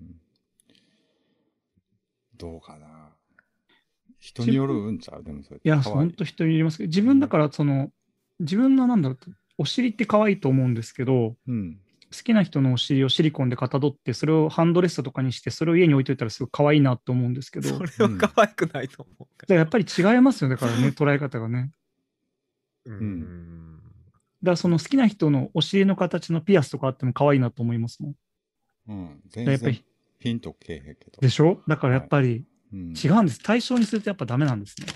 S2: どうかな。人によるんちゃうでもそれ。
S3: いや、
S2: 可愛
S3: 本当人によりますけど、自分だから、その、自分のなんだろう、お尻って可愛いと思うんですけど、
S2: うん。
S3: 好きな人のお尻をシリコンでかたどって、それをハンドレストとかにして、それを家に置いといたらすごい可愛いなと思うんですけど、だ
S1: そ
S3: か
S1: れは可愛くないと思うから
S3: やっぱり違いますよね、だからね、捉え方がね。
S1: ら。うんん。
S3: だからその好きな人のお尻の形のピアスとかあっても可愛いなと思いますもん。
S2: うん。
S3: だか
S2: 全
S3: らやっぱ
S2: 然
S3: り、
S2: ピンとけえへんけど。
S3: でしょだからやっぱり
S2: うん、
S3: 違うんです。対象にするとやっぱダメなんですね。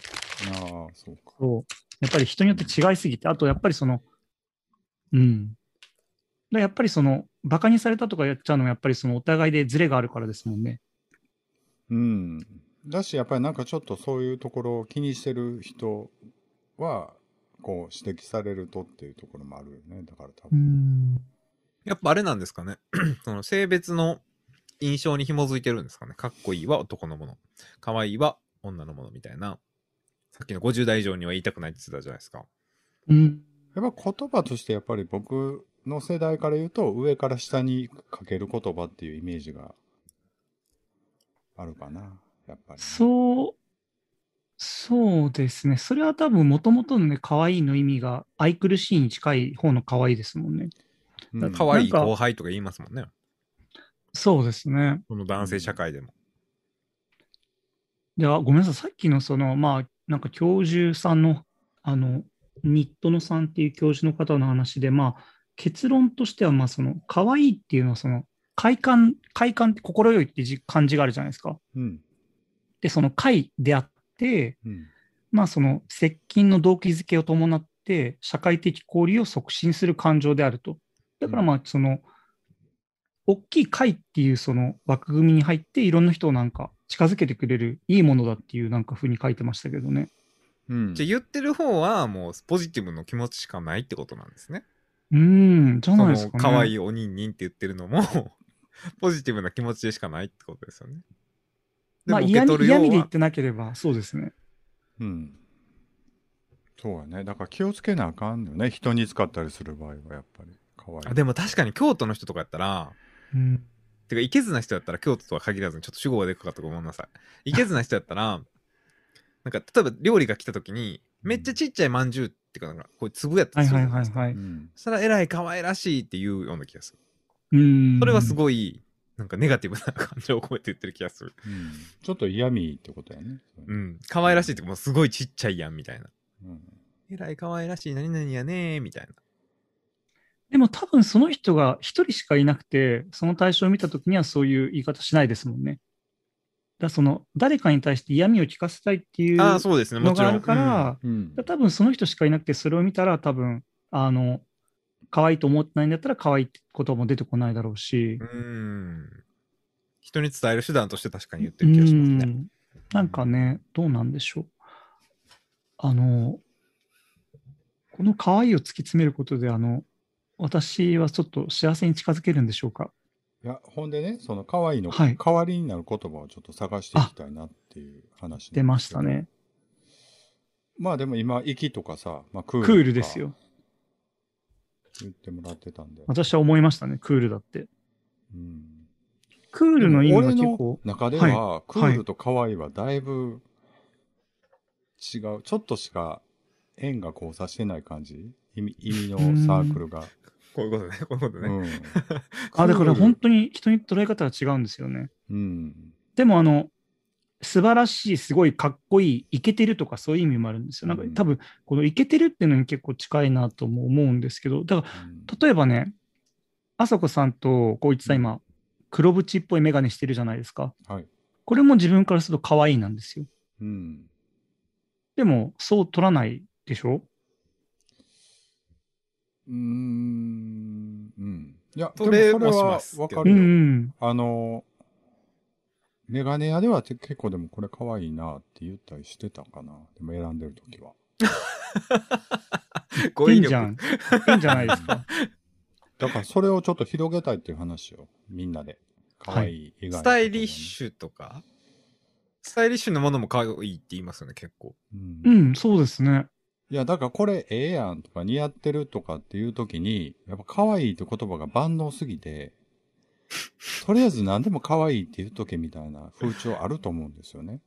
S2: ああ、そうか。
S3: そう。やっぱり人によって違いすぎて、あとやっぱりその、うん。だからやっぱりその、バカにされたとかやっちゃうのも、やっぱりそのお互いでズレがあるからですもんね。
S2: うん。だし、やっぱりなんかちょっとそういうところを気にしてる人は、こう指摘されるとっていうところもあるよね。だから多分。
S3: ん。
S1: やっぱあれなんですかね。 その性別の印象に紐づいてるんですかね。かっこいいは男のもの。可愛いは女のものみたいな。さっきの50代以上には言いたくないって言ってたじゃないですか。
S3: うん。
S2: やっぱ言葉としてやっぱり僕の世代から言うと、上から下にかける言葉っていうイメージがあるかな。やっぱりね、
S3: そう、そうですね。それは多分もともとのね、可愛いの意味が愛くるしいに近い方の可愛いですもんね。
S2: うん。
S3: だから
S1: 可愛い
S3: なんか
S1: 後輩とか言いますもんね。
S3: そうですね。
S1: この男性社会でも。
S3: では、ごめんなさい。さっきのその、まあ、なんか教授さんの、あの、ニットノさんっていう教授の方の話で、まあ、結論としては、まあ、その、可愛いっていうのは、その、快感、快感って心よいってじ感じがあるじゃないですか。
S2: うん。
S3: で、その快であって、
S2: うん。
S3: まあ、その接近の動機づけを伴って、社会的交流を促進する感情であると。だから、
S2: うん
S3: まあ、その、大きい会っていうその枠組みに入って、いろんな人をなんか近づけてくれるいいものだっていうなんか風に書いてましたけどね。
S2: うん
S1: じゃあ言ってる方はもうポジティブの気持ちしかないってことなんですね。
S3: うーん、じゃないです
S1: そ
S3: か、
S1: の
S3: ね。
S1: 可愛いおにんにんって言ってるのも ポジティブな気持ちでしかないってことですよね。で
S3: まあ、
S1: も受
S3: 嫌
S1: け
S3: 味
S1: 取るよ
S3: 嫌
S1: う
S3: 味で言
S1: は
S3: ってなければ、そうですね。
S2: うん。そうやね。だから気をつけなあかんよね。人に使ったりする場合はやっぱり。可愛い
S1: あでも確かに京都の人とかやったら
S3: うん。
S1: てか、いけずな人やったら、京都とは限らずに、ちょっと主語がでかかったごめんなさい。いけずな人やったら、 なんか、例えば料理が来た時に、めっちゃちっちゃいまんじゅうっていうか、なんか、こう、粒やった
S3: は
S1: り
S3: い
S1: する
S3: は
S1: じゃ
S3: い
S1: ない
S3: は
S1: で
S3: い
S1: すか。
S3: はい。
S2: うん。
S1: そしたら、えらい可愛らしいっていうような気がする。
S3: うーん。
S1: それはすごい、なんか、ネガティブな感情を超えて言ってる気がする。
S2: うんちょっと嫌味ってことやね。
S1: うん。可愛らしいって、もうすごいちっちゃいやん、みたいな。
S2: うん
S1: えらい可愛らしい、何々やねー、みたいな。
S3: でも多分その人が一人しかいなくて、その対象を見たときにはそういう言い方しないですもんね。だからその誰かに対して嫌味を聞かせたいっていう
S1: ああ、
S3: の
S1: そうですね、もち
S3: が
S1: ろ
S3: あ
S1: ん。
S3: るから、
S2: うん
S3: 多分その人しかいなくて、それを見たら多分、あの、可愛いと思ってないんだったら可愛いってことも出てこないだろうし
S1: う、ん。人に伝える手段として確かに言って
S3: う
S1: る気がしますね。
S3: ん、なんかね、どうなんでしょう。あの、この可愛いを突き詰めることで、あの、私はちょっと幸せに近づけるんでしょうか。
S2: いや、ほんでね、その可愛いの、
S3: はい
S2: 代わりになる言葉をちょっと探していきたいなっていう話。
S3: 出ました。ね。
S2: まあでも今、息とかさ、まあクール。
S3: クールです。よ。
S2: 言ってもらってたんで。
S3: 私は思いましたね、クールだって。
S2: うん。
S3: クールの意味が
S2: 俺
S3: 結
S2: の
S3: 構、
S2: 中では、クールと可愛いはだいぶ違う。ちょっとしか縁が交差してない感じ意味意味のサークルが。
S1: こういうことね、こういうこと
S2: う
S1: ね。
S2: ん。
S3: あ、だから
S2: クール
S3: 本当に人に捉え方が違うんですよね。
S2: うん。
S3: でもあの、素晴らしい、すごいかっこいい、イケてるとかそういう意味もあるんですよ。なんか
S2: うん
S3: 多分、このイケてるっていうのに結構近いなとも思うんですけど、だから
S2: うん
S3: 例えばね、あさこさんと光一さん今、黒縁っぽい眼鏡してるじゃないですか。
S2: はい。
S3: これも自分からすると可愛いなんですよ。
S2: うん。
S3: でも、そう取らないでしょ
S2: うーん。うん。いや、
S1: それ
S2: でもそれ
S1: もし
S2: は
S1: ます
S2: わか
S3: う
S2: る
S3: ん
S2: よ。
S3: うん。
S2: あの、メガネ屋ではて結構でもこれ可愛いなって言ったりしてたかな。でも選んでる時は。
S1: 語
S3: いい
S1: 彙
S3: んじゃ
S1: 力
S3: ん。。いいんじゃないですか。
S2: だからそれをちょっと広げたいっていう話をみんなで。可愛い以外のことでね、
S1: スタイリッシュとか、スタイリッシュなものも可愛いって言いますよね、結構。
S2: うん。
S3: う
S2: い
S3: ん、そうですね。
S2: や、だからこれええやんとか似合ってるとかっていう時に、やっぱ可愛いって言葉が万能すぎて、とりあえず何でも可愛いって言うとけみたいな風潮あると思うんですよね。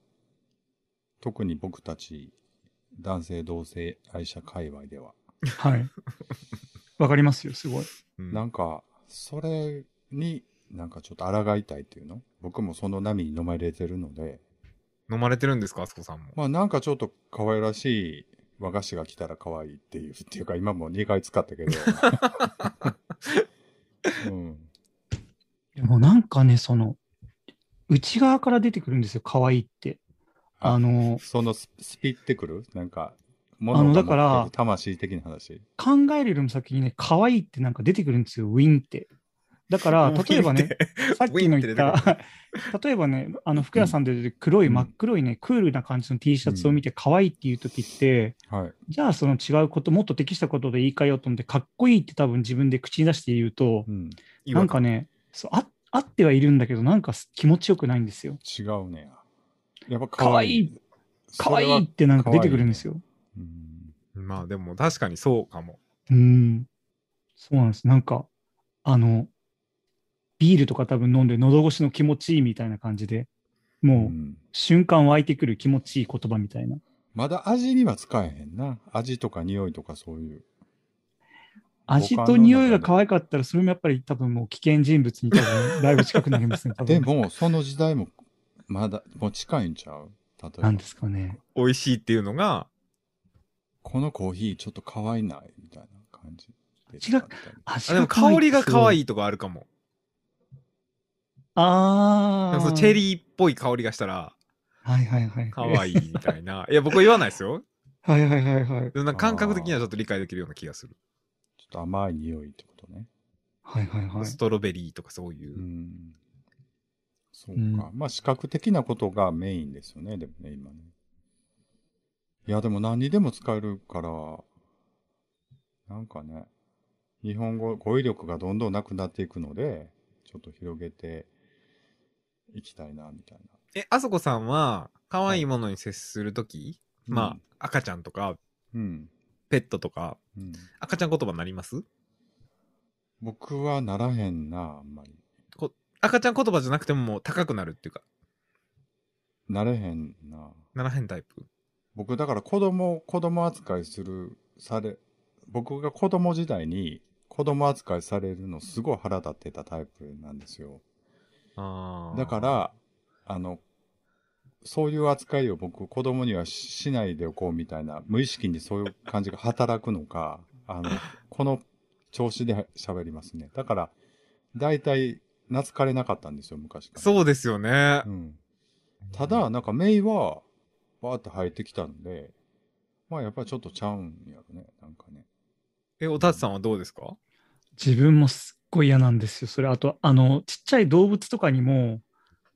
S2: 特に僕たち男性同性愛者界隈では。
S3: はい。わかりますよ、すごい。
S1: うん
S2: なんか、それに、なんかちょっと抗いたいっていうの僕もその波に飲まれてるので、
S1: 飲まれてるんですか、あそこさんも。
S2: まあなんかちょっと可愛らしい和菓子が来たら可愛いっていう、っていうか今も2回使った けど。うん。
S3: でもなんかね、その、内側から出てくるんですよ、可愛いって。
S2: あ
S3: あの、
S2: そのススピってくるなんか、
S3: あ
S2: 物
S3: の
S2: が
S3: だ
S2: 持
S3: か
S2: っ
S3: ら
S2: てる魂的な話。
S3: 考えるよりも先にね、可愛いってなんか出てくるんですよ、ウィンって。だから、 例えばね、さっきの言っ
S1: ウィンって出
S3: た、 例えばね、あの、服屋さんで出てくる黒い真っ黒いね、クールな感じの T シャツを見て可愛いっていう時って、
S2: はい。
S3: じゃあその違うこと、もっと適したことで言い換えようと思って、かっこいいって多分自分で口に出して言うと
S2: う、ん。
S1: いいわ
S3: なんかね、そうああってはいるんだけど、なんか気持ちよくないんですよ。
S2: 違うねや。やっぱ
S3: 可
S2: 可
S3: 愛
S2: 愛
S3: い
S2: い。
S3: 可愛
S2: それはい
S3: ってなんか出てくるんですよ。
S2: うん。
S1: まあでも確かにそうかも。
S3: うん。そうなんです。なんか、あの、ビールとか多分飲んで、喉越しの気持ちいいみたいな感じで、
S2: う
S3: もうん瞬間湧いてくる気持ちいい言葉みたいな。
S2: まだ味には使えへんな。味とか匂いとかそういう。
S3: 味
S2: 五
S3: と
S2: 感の
S3: 匂いが
S2: 中で
S3: 可愛かったら、それもやっぱり多分もう危険人物に多分だいぶ近くなりま すね。多分
S2: でも、その時代も、まだ、もう近いんちゃう例え
S3: な
S2: ば
S3: んで、すかね。
S1: 美味しいっていうのが、
S2: このコーヒーちょっと可愛いないみたいな感じで
S3: 違う
S2: 使ったり。
S3: 味
S1: あでも香りが可愛
S3: い。
S1: いとかあるかも。
S3: あ
S1: なんかそ
S3: あ。
S1: のチェリーっぽい香りがしたら、
S3: はいはいはい。
S1: 可愛いみたいな。 いや、僕は言わないですよ。
S3: はいはいはいはい。
S1: でもなんか感覚的にはちょっと理解できるような気がする。
S2: ちょっと甘い匂いってことね。
S3: はいはいはい
S1: ス。トロベリーとかそういうう。
S2: ん。そう
S3: うん
S2: か。まあ、視覚的なことがメインですよね、でもね、今ね。いや、でも何にでも使えるから、なんかね、日本語、語彙力がどんどんなくなっていくので、ちょっと広げていきたいな、みたいな。
S1: え、あそこさんは、可愛いものに接するとき、まあ、赤ちゃんとか、
S2: あ、うん。
S1: ペットとか、
S2: うん
S1: 赤ちゃん言葉になります
S2: 僕はならへんな、あんまり。
S1: 赤ちゃん言葉じゃなくてももう高くなるっていうか、
S2: なれへんな。
S1: ならへんタイプ。
S2: 僕、だから子供を子供扱いする、され、僕が子供時代に子供扱いされるのすごい腹立ってたタイプなんですよ。
S1: あー
S2: だか、ら、あの、そういう扱いを僕、子供にはししないでおこうみたいな、無意識にそういう感じが働くのか、あの、この調子で喋りますね。だから、大体、懐かれなかったんですよ、昔から。
S1: そうですよね
S2: う。ん。ただ、なんかメイは、バーって生えてきたんで、まあやっぱりちょっとちゃうんやろね、なんかね。
S1: え、おたつさんはどうですか
S3: 自分もすっごい嫌なんですよ。それ、あと、あの、ちっちゃい動物とかにも、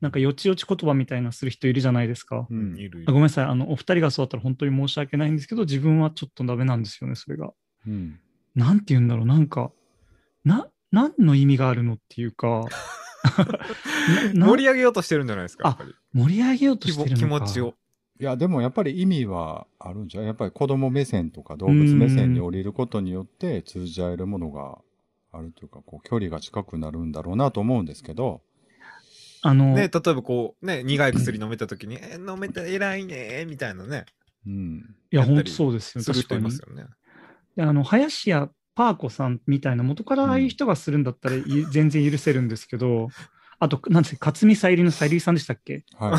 S3: なんかよちよち言葉みたいなする人いるじゃないですか。
S2: うん
S1: いるい
S3: あご
S1: る
S3: めんなさい、あの、お二人がそうだったら本当に申し訳ないんですけど、自分はちょっとダメなんですよね、それが。
S2: うん。
S3: なんて言うんだろう、なんか、な、何の意味があるのっていうか、なな
S1: 盛り上げようとしてるんじゃないですか、
S3: あ
S1: やっぱり。
S3: 盛り上げようと
S1: 気
S3: して
S1: も
S3: るの
S1: 気
S3: か
S1: 持ちを。
S2: いや、でもやっぱり意味はあるんじゃうやっぱり子供目線とか動物目線に降りることによって通じ合えるものがあるというか、こう距離が近くなるんだろうなと思うんですけど、
S3: あの、
S1: ね、例えばこう、ね、苦い薬飲めた時に、えー飲めた偉いねーみたいなね、
S2: うん。
S3: い
S1: やっ
S3: や、
S1: たり
S3: 本当そうですよ、
S1: する
S3: 確
S1: 人
S3: か
S1: い
S3: に
S1: ま。すよね。
S3: であの、林家パー子さんみたいな、元からああいう人がするんだったらい、全然許せるんですけど、あと、なんですか、勝見さゆりのさゆりさんでしたっけ
S2: は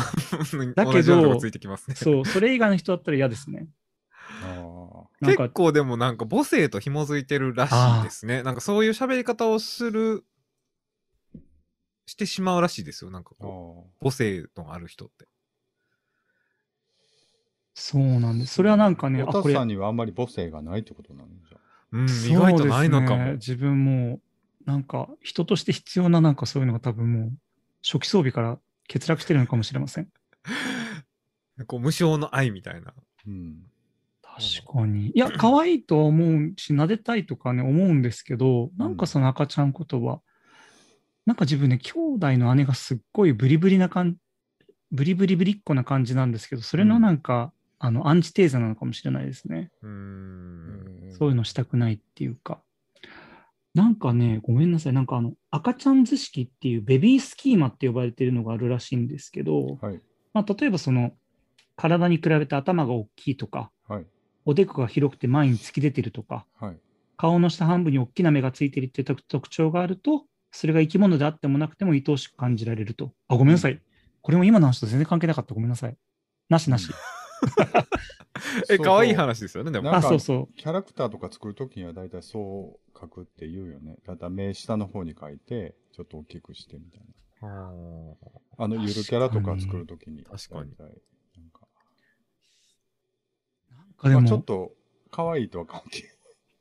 S2: い。
S3: だ
S1: 同
S3: けど
S1: じようなとこついてきますね。
S3: そう、それ以外の人だったら嫌ですね。
S2: あ
S3: なんか
S1: 結構でもなんか母性と紐づいてるらしいですね。なんかそういう喋り方をする、してしまうらしいですよ。なんか
S2: あ
S1: こう、母性のある人って。
S3: そうなんです。それはなんかね、
S2: お
S3: あ、
S2: た
S3: これ、
S2: さんにはあんまり母性がないってことなんじゃ。
S1: うん、
S3: そう
S1: 意外とないのか
S3: ですね
S1: も。
S3: 自分も、なんか、人として必要な、なんかそういうのが多分もう、初期装備から欠落してるのかもしれません。
S1: こう無償の愛みたいな。
S2: うん。
S3: 確かに。いや、可愛いとは思うし、撫でたいとかね、思うんですけど、なんかその赤ちゃん言葉、なんか自分ね、兄弟の姉がすっごいブリブリな感じ、ブリブリブリっ子な感じなんですけど、それのなんか、あの、アンチテーゼなのかもしれないですね。
S1: うーん。
S3: そういうのしたくないっていうか。なんかね、ごめんなさい。なんかあの、赤ちゃん図式っていうベビースキーマって呼ばれてるのがあるらしいんですけど、
S2: はい。
S3: まあ、例えばその、体に比べて頭が大きいとか、
S2: はい。
S3: おでこが広くて前に突き出てるとか、
S2: はい。
S3: 顔の下半分に大きな目がついてるっていう特特徴があると、それが生き物であってもなくても愛おしく感じられると。あ、ごめんなさい。これも今の話と全然関係なかった。ごめんなさい。なしなし。
S1: え、可愛い話ですよね、でも。
S2: なん
S3: あ、
S2: か
S3: そうそう。
S2: キャラクターとか作るときには大体そう書くって言うよね。だいたい目下の方に書いて、ちょっと大きくしてみたい
S1: あー
S2: な。あの、ゆるキャラとか作るときに。
S1: 確かに
S2: 大体なんか
S3: あで
S2: まあ
S3: も
S2: ちょっと、可愛いとは関係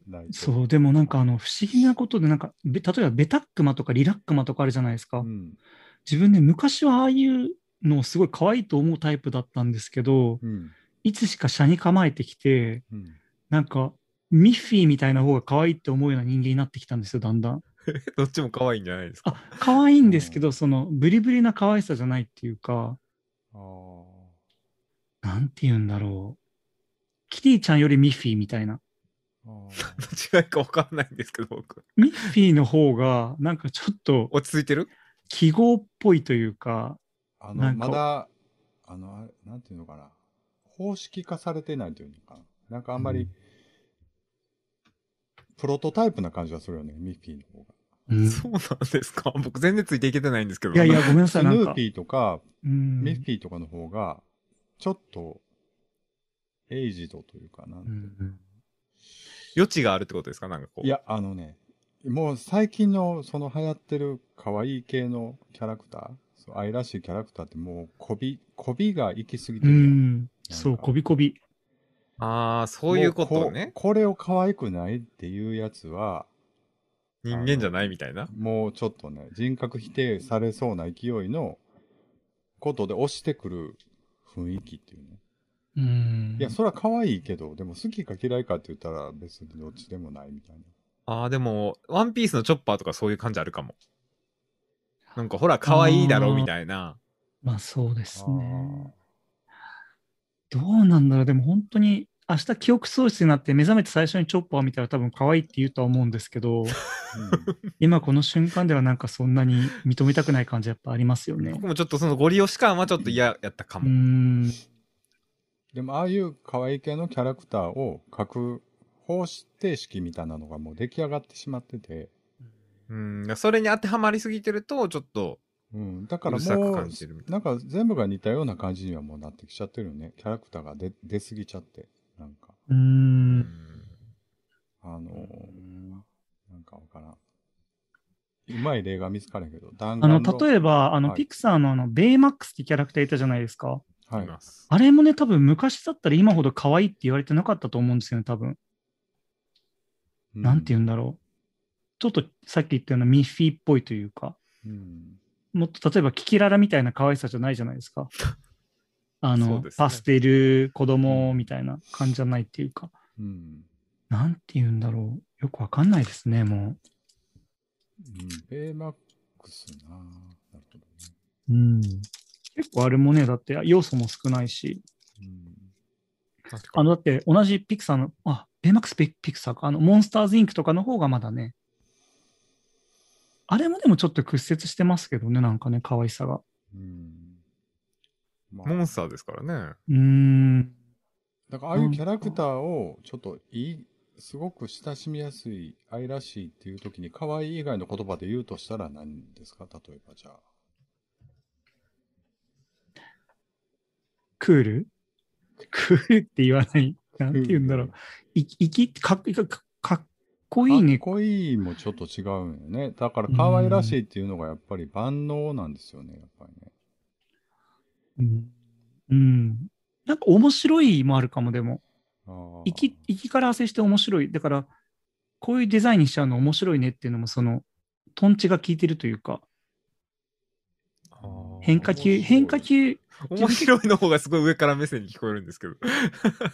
S2: ないけど。
S3: そう、でもなんかあの不思議なことで、なんか、べ例えばベタックマとかリラックマとかあるじゃないですか。
S2: うん。
S3: 自分ね、昔はああいうのをすごい可愛いと思うタイプだったんですけど、
S2: うん。
S3: いつしか車に構えてきて、
S2: うん。
S3: なんか、ミッフィーみたいな方が可愛いって思うような人間になってきたんですよ、だんだん。
S1: えどっちも可愛いんじゃないですか。
S3: あ、可愛いんですけど、その、ブリブリな可愛さじゃないっていうか、
S2: ああ。
S3: なんて言うんだろう。キティちゃんよりミッフィーみたいな。
S2: あー
S1: どっちがいいか分かんないんですけど、僕。
S3: ミッフィーの方が、なんかちょっと
S1: 落ち着いてる
S3: 記号っぽいというか、
S2: あ
S3: な
S2: の、
S3: んか
S2: まだ、あの、あれなんていうのかな。方式化されてないというのかな。なんかあんまり、
S1: うん
S2: プロトタイプな感じはするよね、ミッフィーの方が。
S3: うん
S1: そうなんですか。僕全然ついていけてないんですけど。
S3: いやいや、ごめんなさ
S2: ス
S3: い、な
S2: ヌ
S3: ん
S2: ー
S3: か
S2: ピ。ーとか、
S3: うん
S2: ミッフィーとかの方が、ちょっと、エイジドというかな。
S3: うん
S1: 余地があるってことですかなんかこう。
S2: いや、あのね、もう最近のその流行ってる可愛い系のキャラクター、そう愛らしいキャラクターってもう、こび、こびが行き過ぎて
S3: う
S2: るやん
S3: ん、そう、こびこび。
S1: ああ、そういうことをね
S2: もう。ここれを可愛くないっていうやつは、
S1: 人間じゃないみたいな。
S2: もうちょっとね、人格否定されそうな勢いのことで押してくる雰囲気っていうね。
S3: うん
S2: いや、それは可愛いけど、でも好きか嫌いかって言ったら別にどっちでもないみたいな。
S1: ああ、でも、ワンピースのチョッパーとかそういう感じあるかも。なんかほら、可愛いだろみたいな。
S3: まあそうですね
S2: あ。
S3: どうなんだろう、でも本当に、明日記憶喪失になって目覚めて最初にチョッパーを見たら多分可愛いって言うとは思うんです けど、
S2: ー
S3: 今この瞬間ではなんかそんなに認めたくない感じやっぱありますよね。
S1: 僕もちょっとそのゴリ押し感はちょっと嫌やったか
S3: う
S1: も。
S3: ん、
S2: でも、ああいう可愛い系のキャラクターを書く方程式みたいなのがもう出来上がってしまってて、
S1: うん。それに当てはまりすぎてると、ちょっと、
S2: うん、だから
S1: うるさく
S2: も
S1: 感じるみ
S2: う、なんか全部が似たような感じにはもうなってきちゃってるよね。キャラクターが出、出すぎちゃって、なんか。
S3: う、
S1: うんん
S2: あのーなんかわからん。うまい例が見つかるけど、弾
S3: あの、例
S2: え
S3: えば、あの、
S2: はい
S3: ピクサーのあの、ベイマックスってキャラクターいたじゃないですか。
S2: ばはいい。
S1: ます。
S3: あれもね、多分昔だったら今ほど可愛いって言われてなかったと思うんですよね、多分。なんて言うんだろう。ちょっとさっき言ったようなミッフィーっぽいというか、
S2: うん。
S3: もっと例えばキキララみたいな可愛さじゃないじゃないです か。あ
S1: そう
S3: の、
S1: ですね
S3: パステル、子供みたいな感じじゃないっていうか、
S2: うん。
S3: なんて言うんだろう。よくわかんないですね、
S2: う
S3: も
S2: ん。ベイマックスななるほどね。
S3: う。結構あれもね、だって要素も少ないし、
S2: うん。
S1: 確か
S3: あ
S1: に
S3: の、だって同じピクサーの、あ、ベイマックスピピクサーか、あの、モンスターズインクとかの方がまだね、あれもでもちょっと屈折してますけどね、なんかね、可愛さが。
S2: うん。ま
S1: モンスターですからね。
S3: うーん。
S2: だからああいうキャラクターをちょっといい、すごく親しみやすい、愛らしいっていう時に可愛い以外の言葉で言うとしたら何ですか例えばじゃあ。
S3: クールクールって言わない。なんて言うんだろう。い生き、かっかかかっこいい
S2: かっ
S3: ね。
S2: こいいもちょっと違うんよね。だから可愛らしいっていうのがやっぱり万能なんですよね、やっぱりね。
S3: うん。うんなんか面白いもあるかも、でも。
S2: あー
S3: 生き、生きから派生して面白い。だから、こういうデザインにしちゃうの面白いねっていうのも、その、トンチが効いてるというか、変化球、
S2: 面白い
S3: 変化球、い
S1: 面白いの方がすごい上から目線に聞こえるんですけど。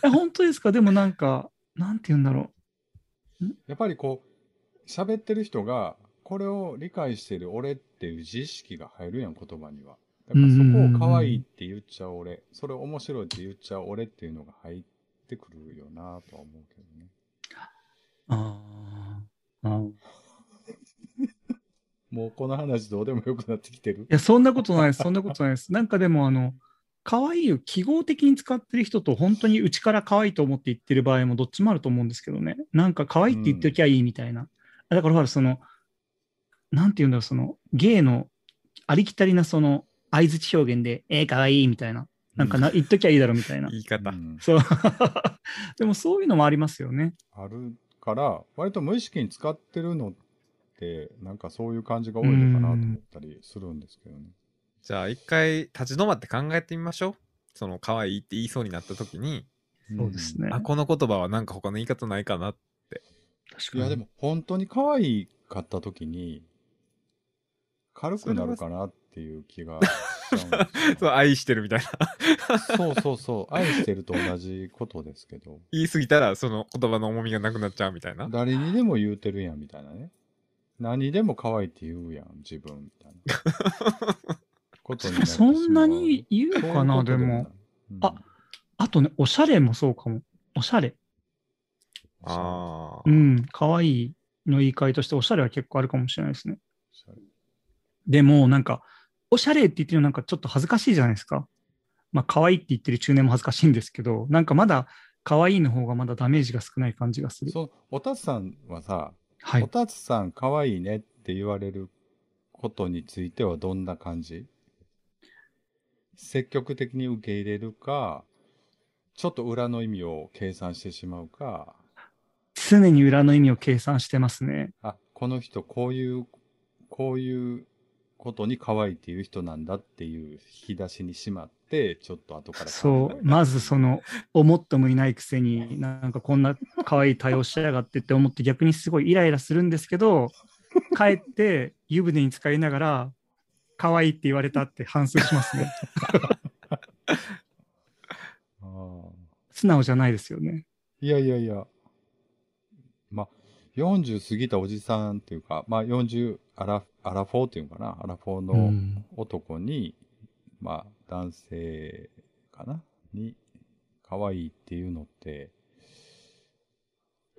S3: や本当ですかでもなんか、なんて言うんだろ
S2: やっぱりこう、喋ってる人が、これを理解してる俺っていう自意識が入るやん、言葉には。だからそこを可愛いって言っちゃう俺、それ面白いって言っちゃう俺っていうのが入ってくるよなとは思うけどね。
S3: う。あーあー。い
S2: もうこの話どうでもよくなってきてる。
S3: や、そんなことないです。そんなことないです。なんかでも、あの、可愛いを記号的に使ってる人と、本当に内から可愛いと思って言ってる場合もどっちもあると思うんですけどね。なんか可愛いって言っておきゃいいみたいな。だからほら、その、なんて言うんだろう、その、芸のありきたりな、その、相づち表現で、えー、可愛いみたいな。なんかな、言っときゃいいだろみたいな。
S1: 言い方。
S2: うん
S3: そう。 でもそういうのもありますよね。
S2: あるから、割と無意識に使ってるのって、なんかそういう感じが多いのかなと思ったりするんですけどね。
S1: じゃあ一回立ち止まって考えてみましょう。その可愛いって言いそうになった時に、
S3: そうですね。
S1: あ、この言葉はなんか他の言い方ないかな。
S3: 確か
S2: い
S3: に。
S2: や、でも本当に可愛かった時に、軽くなるかなっていう気がしちゃうんです
S1: そう、
S2: よ。
S1: 愛してるみたいな。
S2: そうそう そう。愛してると同じことですけど、
S1: 言い過ぎたらその言葉の重みがなくなっちゃうみたいな。
S2: 誰にでも言うてるやんみたいなね。何でも可愛いって言うやん、自分みたいな。 ことになってしま
S3: そ
S2: うん
S3: なに言うかな、
S2: そうい
S3: で
S2: うこと
S3: も。
S2: うん
S3: ああとね、おしゃれもそうかも。おしゃれ。
S1: ああ
S3: う。ん、可愛いの言い換えとして、おしゃれは結構あるかもしれないですね。でも、なんか、おしゃれって言ってるのなんかちょっと恥ずかしいじゃないですか。まあ、可愛いって言ってる中年も恥ずかしいんですけど、なんかまだ、可愛いの方がまだダメージが少ない感じがする。
S2: そう、おたつさんはさ、お
S3: はい。
S2: たつさん可愛いねって言われることについてはどんな感じ積極的に受け入れるか、ちょっと裏の意味を計算してしまうか、
S3: 常に裏の意味を計算してますね。
S2: あ、この人こういう、こういうことに可愛いっていう人なんだっていう引き出しにしまって、ちょっと後から考える
S3: そう、まずその、思ってもいないくせに、なんかこんな可愛い対応しやがってって思って、逆にすごいイライラするんですけ ど、帰って湯船に浸かりながら、可愛いって言われたって反省しますね。
S2: あー
S3: 素直じゃないですよね。
S2: いやいやいや。まあ、40過ぎたおじさんっていうか、まあ40アラ、アラフォーっていうのかなアラフォーの、
S3: うん
S2: 男に、まあ、男性かなに、可愛いっていうのって、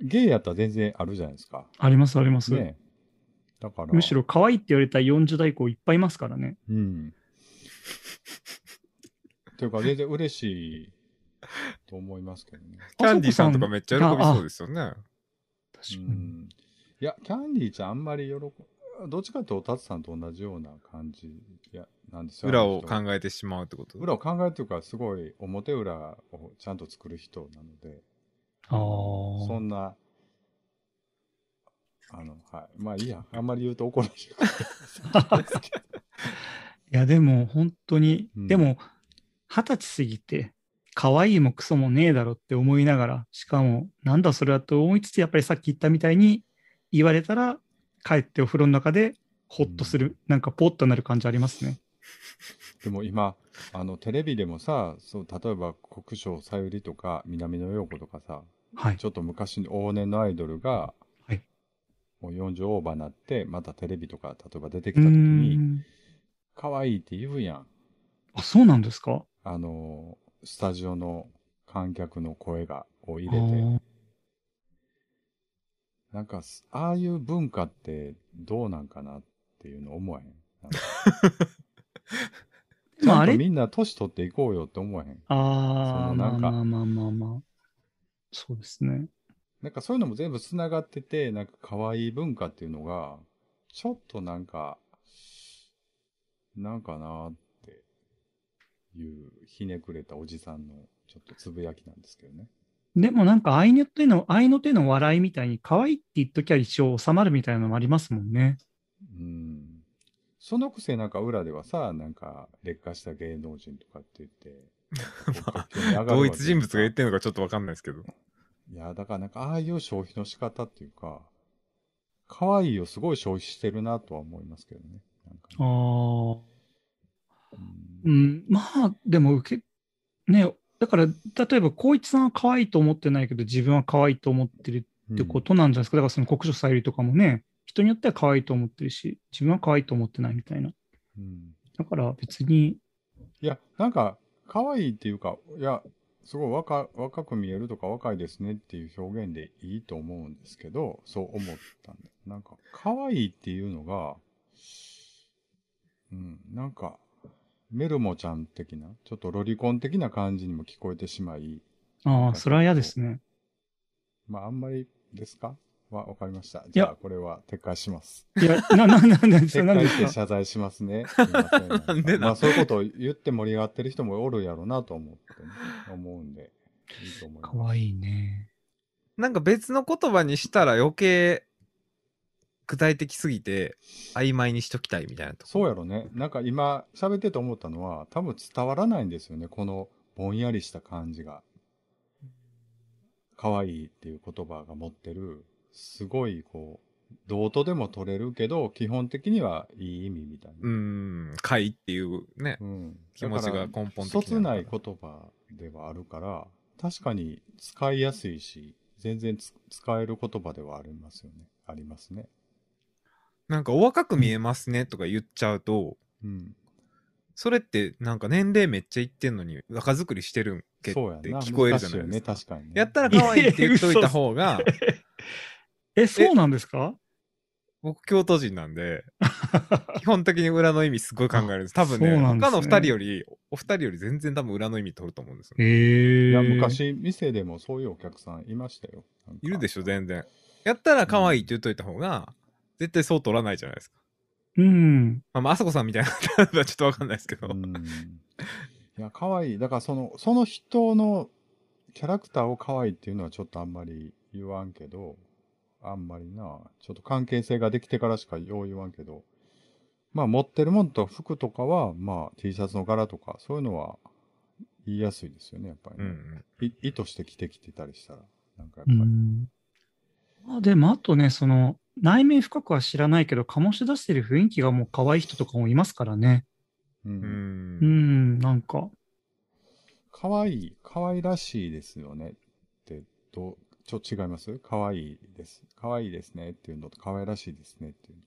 S2: ゲイやったら全然あるじゃないですか。
S3: ありますあります。
S2: ね。だから、
S3: むしろ可愛いって言われた40代以降いっぱいいますからね。
S2: うん。というか、全然嬉しいと思いますけどね。
S1: キャンディーさんと
S3: あそ
S1: か
S3: こ
S1: めっちゃ喜びそうですよね。
S2: う
S3: 確かに。
S2: ん。いや、キャンディーちゃんあんまり喜ぶ。どっちかというと、タツさんと同じような感じいやなんですよ。
S1: 裏を
S2: え
S1: 考えてしまうってこと。
S2: 裏を考えてるから、すごい表裏をちゃんと作る人なので、
S3: あ
S2: そ
S3: あ。
S2: んな、あの、はい。まあいいや。あんまり言うと怒られるから。
S3: いや、でも本当に、
S2: うん
S3: でも、二十歳過ぎて、可愛いもクソもねえだろって思いながら、しかも、なんだそれはと思いつつ、やっぱりさっき言ったみたいに、言われたら、帰ってお風呂の中でほっとする、なんかポッとなる感じありますね。
S2: でも今、あの、テレビでもさ、そう、例えば国生さゆりとか、南野陽子とかさ、
S3: はい。
S2: ちょっと昔に往年のアイドルが、
S3: はい
S2: もう40オーバーになって、またテレビとか、例えば出てき
S3: う
S2: た
S3: ー
S2: 時に、
S3: ん。
S2: 可愛いって言うやん。
S3: あ、そうなんですか
S2: あの、スタジオの観客の声が、を入
S3: あ
S2: れて。
S3: ー
S2: なんかす、ああいう文化ってどうなんかなっていうの思わへん。なんかち
S3: まあ
S2: ゃ
S3: あ
S2: んと
S3: れ
S2: みんな年取っていこうよって思わへん。
S3: あ
S2: そのな
S3: ー、まあ
S2: んか
S3: まあまあまあまあ。そうですね。
S2: なんかそういうのも全部繋がってて、なんか可愛い文化っていうのが、ちょっとなんか、なんかなーっていうひねくれたおじさんのちょっとつぶやきなんですけどね。
S3: でもなんか、愛の手の、愛の手の笑いみたいに、可愛いって言っときゃ一応収まるみたいなのもありますもんね。
S2: うん。そのくせなんか裏ではさ、なんか劣化した芸能人とかって言 って、
S1: ま
S2: あ
S1: あ、同一人物が言って
S2: る。
S1: るのかちょっとわかんないですけど。
S2: いや、だからなんかああいう消費の仕方っていうか、可愛いをすごい消費してるなとは思いますけどね。なんかね
S3: ああ。
S2: うん
S3: うん、まあ、でも受け、ね、だから、例えば、光一さんは可愛いと思ってないけど、自分は可愛いと思ってるってことなんじゃないですか。だから、その国書さゆりとかもね、人によっては可愛いと思ってるし、自分は可愛いと思ってないみたいな。
S2: うん
S3: だから、別に、
S2: いや、なんか、可愛いっていうか、いや、すごい若若く見えるとか若いですねっていう表現でいいと思うんですけど、そう思ったんで。なんか、可愛いっていうのが、うん、なんか、メルモちゃん的な、ちょっとロリコン的な感じにも聞こえてしまい、
S3: ああ、それは嫌ですね。
S2: まあ、あんまりですかわ、わかりました。
S3: い
S2: じ
S3: や
S2: ゃあ、これは撤回します。
S3: いや、な、な、な、な、それ
S2: 撤
S3: なん
S2: 回
S3: で
S2: して
S3: すか
S2: 謝罪しますね。すいませんなん
S1: な
S2: か
S1: んでなん
S2: まあ、そういうことを言って盛り上がってる人もおるやろうなと思ってね、思うんで、いいと思います。
S3: 可愛いね。
S1: なんか別の言葉にしたら余計具体的すぎて曖昧にしときたいみたいなとこ
S2: そうやろね。なんか今喋ってて思ったのは、多分伝わらないんですよね。このぼんやりした感じが。可愛いっていう言葉が持ってる、すごいこう、どうとでも取れるけど、基本的にはいい意味みたいな。
S1: うーん、会っていうね、
S2: うん
S1: 気持ちが根本的
S2: 一つない
S1: こ
S2: 言葉ではあるから、確かに使いやすいし、全然つ使える言葉ではありますよね。ありますね。
S1: なんかお若く見えますねとか言っちゃうと、
S2: うん。
S1: それってなんか年齢めっちゃいってんのに若作りしてるんけって
S2: そうやな。
S1: 聞こえるじゃないですか。
S2: 難しいよね、確かにね。
S1: やったら可愛いって言っといた方が、
S3: え、そうなんですか
S1: 僕京都人なんで、基本的に裏の意味すごい考えるんです。多分ね、
S3: そうなんです
S1: 他
S3: ね
S1: の二人より、お二人より全然多分裏の意味取ると思うんですよ、ね。
S3: ええ。
S2: いや、。昔、店でもそういうお客さんいましたよ。なんか
S1: いるでしょ、全然。やったら可愛いって言っといた方が、絶対そう取らないじゃないですか。
S3: うん。
S1: まあ、まあ、あさこさんみたいな方はちょっとわかんないですけど。
S2: うん。いや、可愛い。だから、その、その人のキャラクターを可愛いっていうのはちょっとあんまり言わんけど、あんまりな、ちょっと関係性ができてからしかよう言わんけど、まあ、持ってるもんと服とかは、まあ、T シャツの柄とか、そういうのは言いやすいですよね、やっぱ
S1: う
S2: り、ね
S1: ん
S2: い意図して着てきてたりしたら、なんかやっ
S3: う
S2: ぱり。
S3: んまあでもあとね、その内面深くは知らないけど、醸し出してる雰囲気がもう可愛い人とかもいますからね。
S2: う。
S1: うん。うんん
S3: う。ん、なんか。
S2: 可愛い、可愛らしいですよねって、どう、ちょっと違います可愛いです。可愛いですねっていうのと、可愛らしいですねっていうの。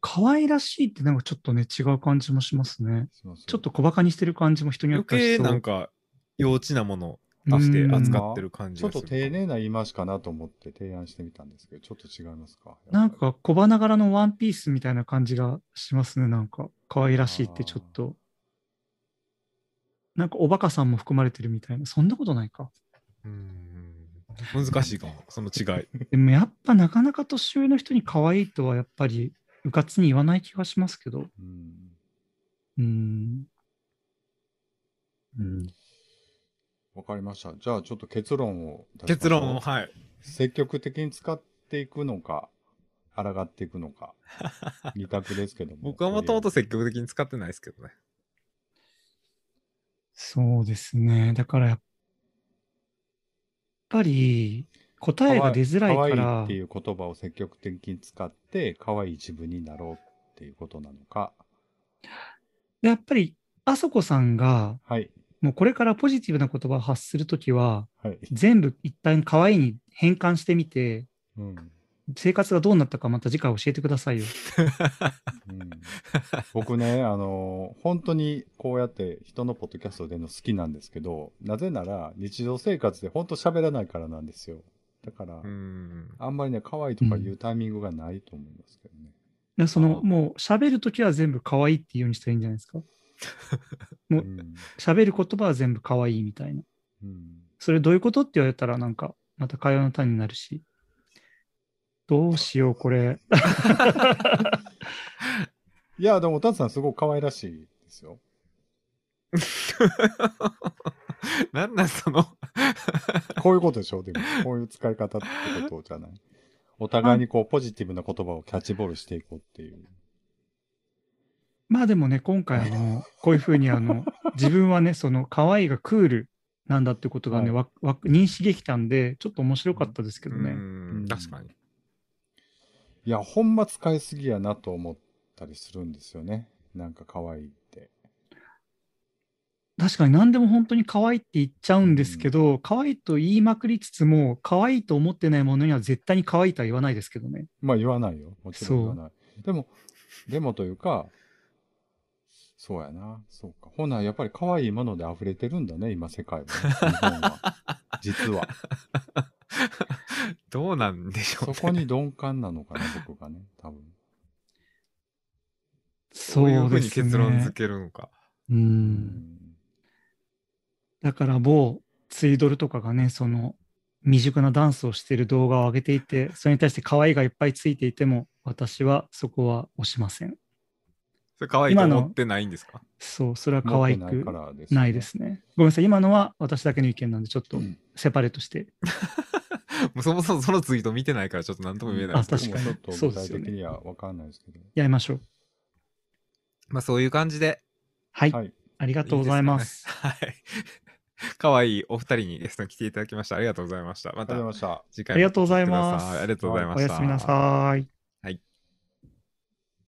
S3: 可愛らしいってなんかちょっとね、違う感じもしますね。
S2: します
S3: ちょっと小馬鹿にしてる感じも人によっ
S1: 余
S3: てはし
S1: 計
S3: そう
S1: なんか、幼稚なものとして扱ってる感じ
S2: ちょ
S1: が
S2: っ
S1: する。
S2: と丁寧な言い回しかなと思って提案してみたんですけど、ちょっと違いますか
S3: なん、か小花柄のワンピースみたいな感じがしますね、なんか。可愛らしいってちょっと。なんかおバカさんも含まれてるみたいな。そんなことないか。
S1: うん。難しいかも、その違い。
S3: でもやっぱなかなか年上の人に可愛いとはやっぱりうかつに言わない気がしますけど。
S2: うん、
S3: うん。
S2: わかりました。じゃあちょっと結論を出しましょう
S1: 結論を、はい。
S2: 積極的に使っていくのか、抗っていくのか、二択ですけども。
S1: 僕はもともと積極的に使ってないですけどね。
S3: そうですね。だからやっぱり、答えが出づらいか
S2: 可愛い
S3: ら
S2: っていう言葉を積極的に使って、可愛い自分になろうっていうことなのか。
S3: でやっぱりあそこさんが
S2: はい。
S3: もうこれからポジティブな言葉を発するときは
S2: はい。
S3: 全部一旦可愛いに変換してみて
S2: うん。
S3: 生活がどうなったかまた次回教えてくださいよ。
S2: うん、僕ね、あのー本当にこうやって人のポッドキャストでの好きなんですけど、なぜなら日常生活で本当喋らないからなんですよ。だから、
S1: うん。
S2: あんまりね、可愛いとか言うタイミングがないと思いますけどね。
S3: でそ
S2: あ
S3: の
S2: ー
S3: もう喋るときは全部可愛いっていうようにしたらいいんじゃないですか。
S2: う
S3: うんん。喋る言葉は全部可愛いみたいな。
S2: うん
S3: それどういうことって言われたらなんかまた会話の単になるし。どうしようこれ。
S2: いや、でも、たつさんすごく可愛らしいですよ。
S1: なんなんその
S2: こういうことでしょでも、こういう使い方ってことじゃない。お互いにこう、ポジティブな言葉をキャッチボールしていこうっていう。
S3: まあでもね、今回あの、こういうふうにあの、自分はね、その可愛いがクールなんだってことがね、わわ認識できたんで、ちょっと面白かったですけ
S1: う
S3: どね。
S1: ん、確かに。
S2: いや、ほんま使いすぎやなと思ったりするんですよね。なんか可愛いって。
S3: 確かに何でも本当に可愛いって言っちゃうんですけど、可愛いと言いまくりつつも、可愛いと思ってないものには絶対に可愛いとは言わないですけどね。
S2: まあ言わないよ。もちろん言わない。でも、でもというか、そうやな。そうか。ほな、やっぱり可愛いもので溢れてるんだね、今世界は。日本は。 実は。
S1: どうなんでしょう
S2: そ
S1: ね。
S2: こ に鈍感なのかな、僕がね。多分。
S1: そ
S3: そう
S1: いう
S3: う
S1: ふう
S3: で
S1: に
S3: す
S1: 結論
S3: ね
S1: 付。けるのか。
S3: うん。だから某ツイドルとかがね、その未熟なダンスをしている動画を上げていて、それに対して可愛いがいっぱいついていても、私はそこは押しません。
S1: それ可愛いと思ってないんですか
S3: そう、それは可
S2: 可愛
S3: 愛
S2: くない
S3: く
S2: からです、
S3: ないで。すね。ごめんなさい、今のは私だけの意見なんで、ちょっと
S2: うん
S3: セパレートして。
S1: もうそもそもそのツイート見てないからちょっと何とも言えない
S3: あ
S1: ですけど
S3: 確かに
S2: 僕もちょっと具体的にはわかんないですけど。
S3: やりましょう。
S1: まあそういう感じで。
S3: はい、
S2: はい。
S3: ありがとうございます。
S1: いい ですかねはい。可愛いお二人にゲストに来ていただきました。ありがとうございました。ま
S2: ありがとう
S1: た
S2: ございました。
S1: 次回も
S3: ありがとうございま
S1: 来てくだ
S3: す
S1: さありがとうございま
S3: お
S1: し
S3: や
S1: た。
S3: すみなさい。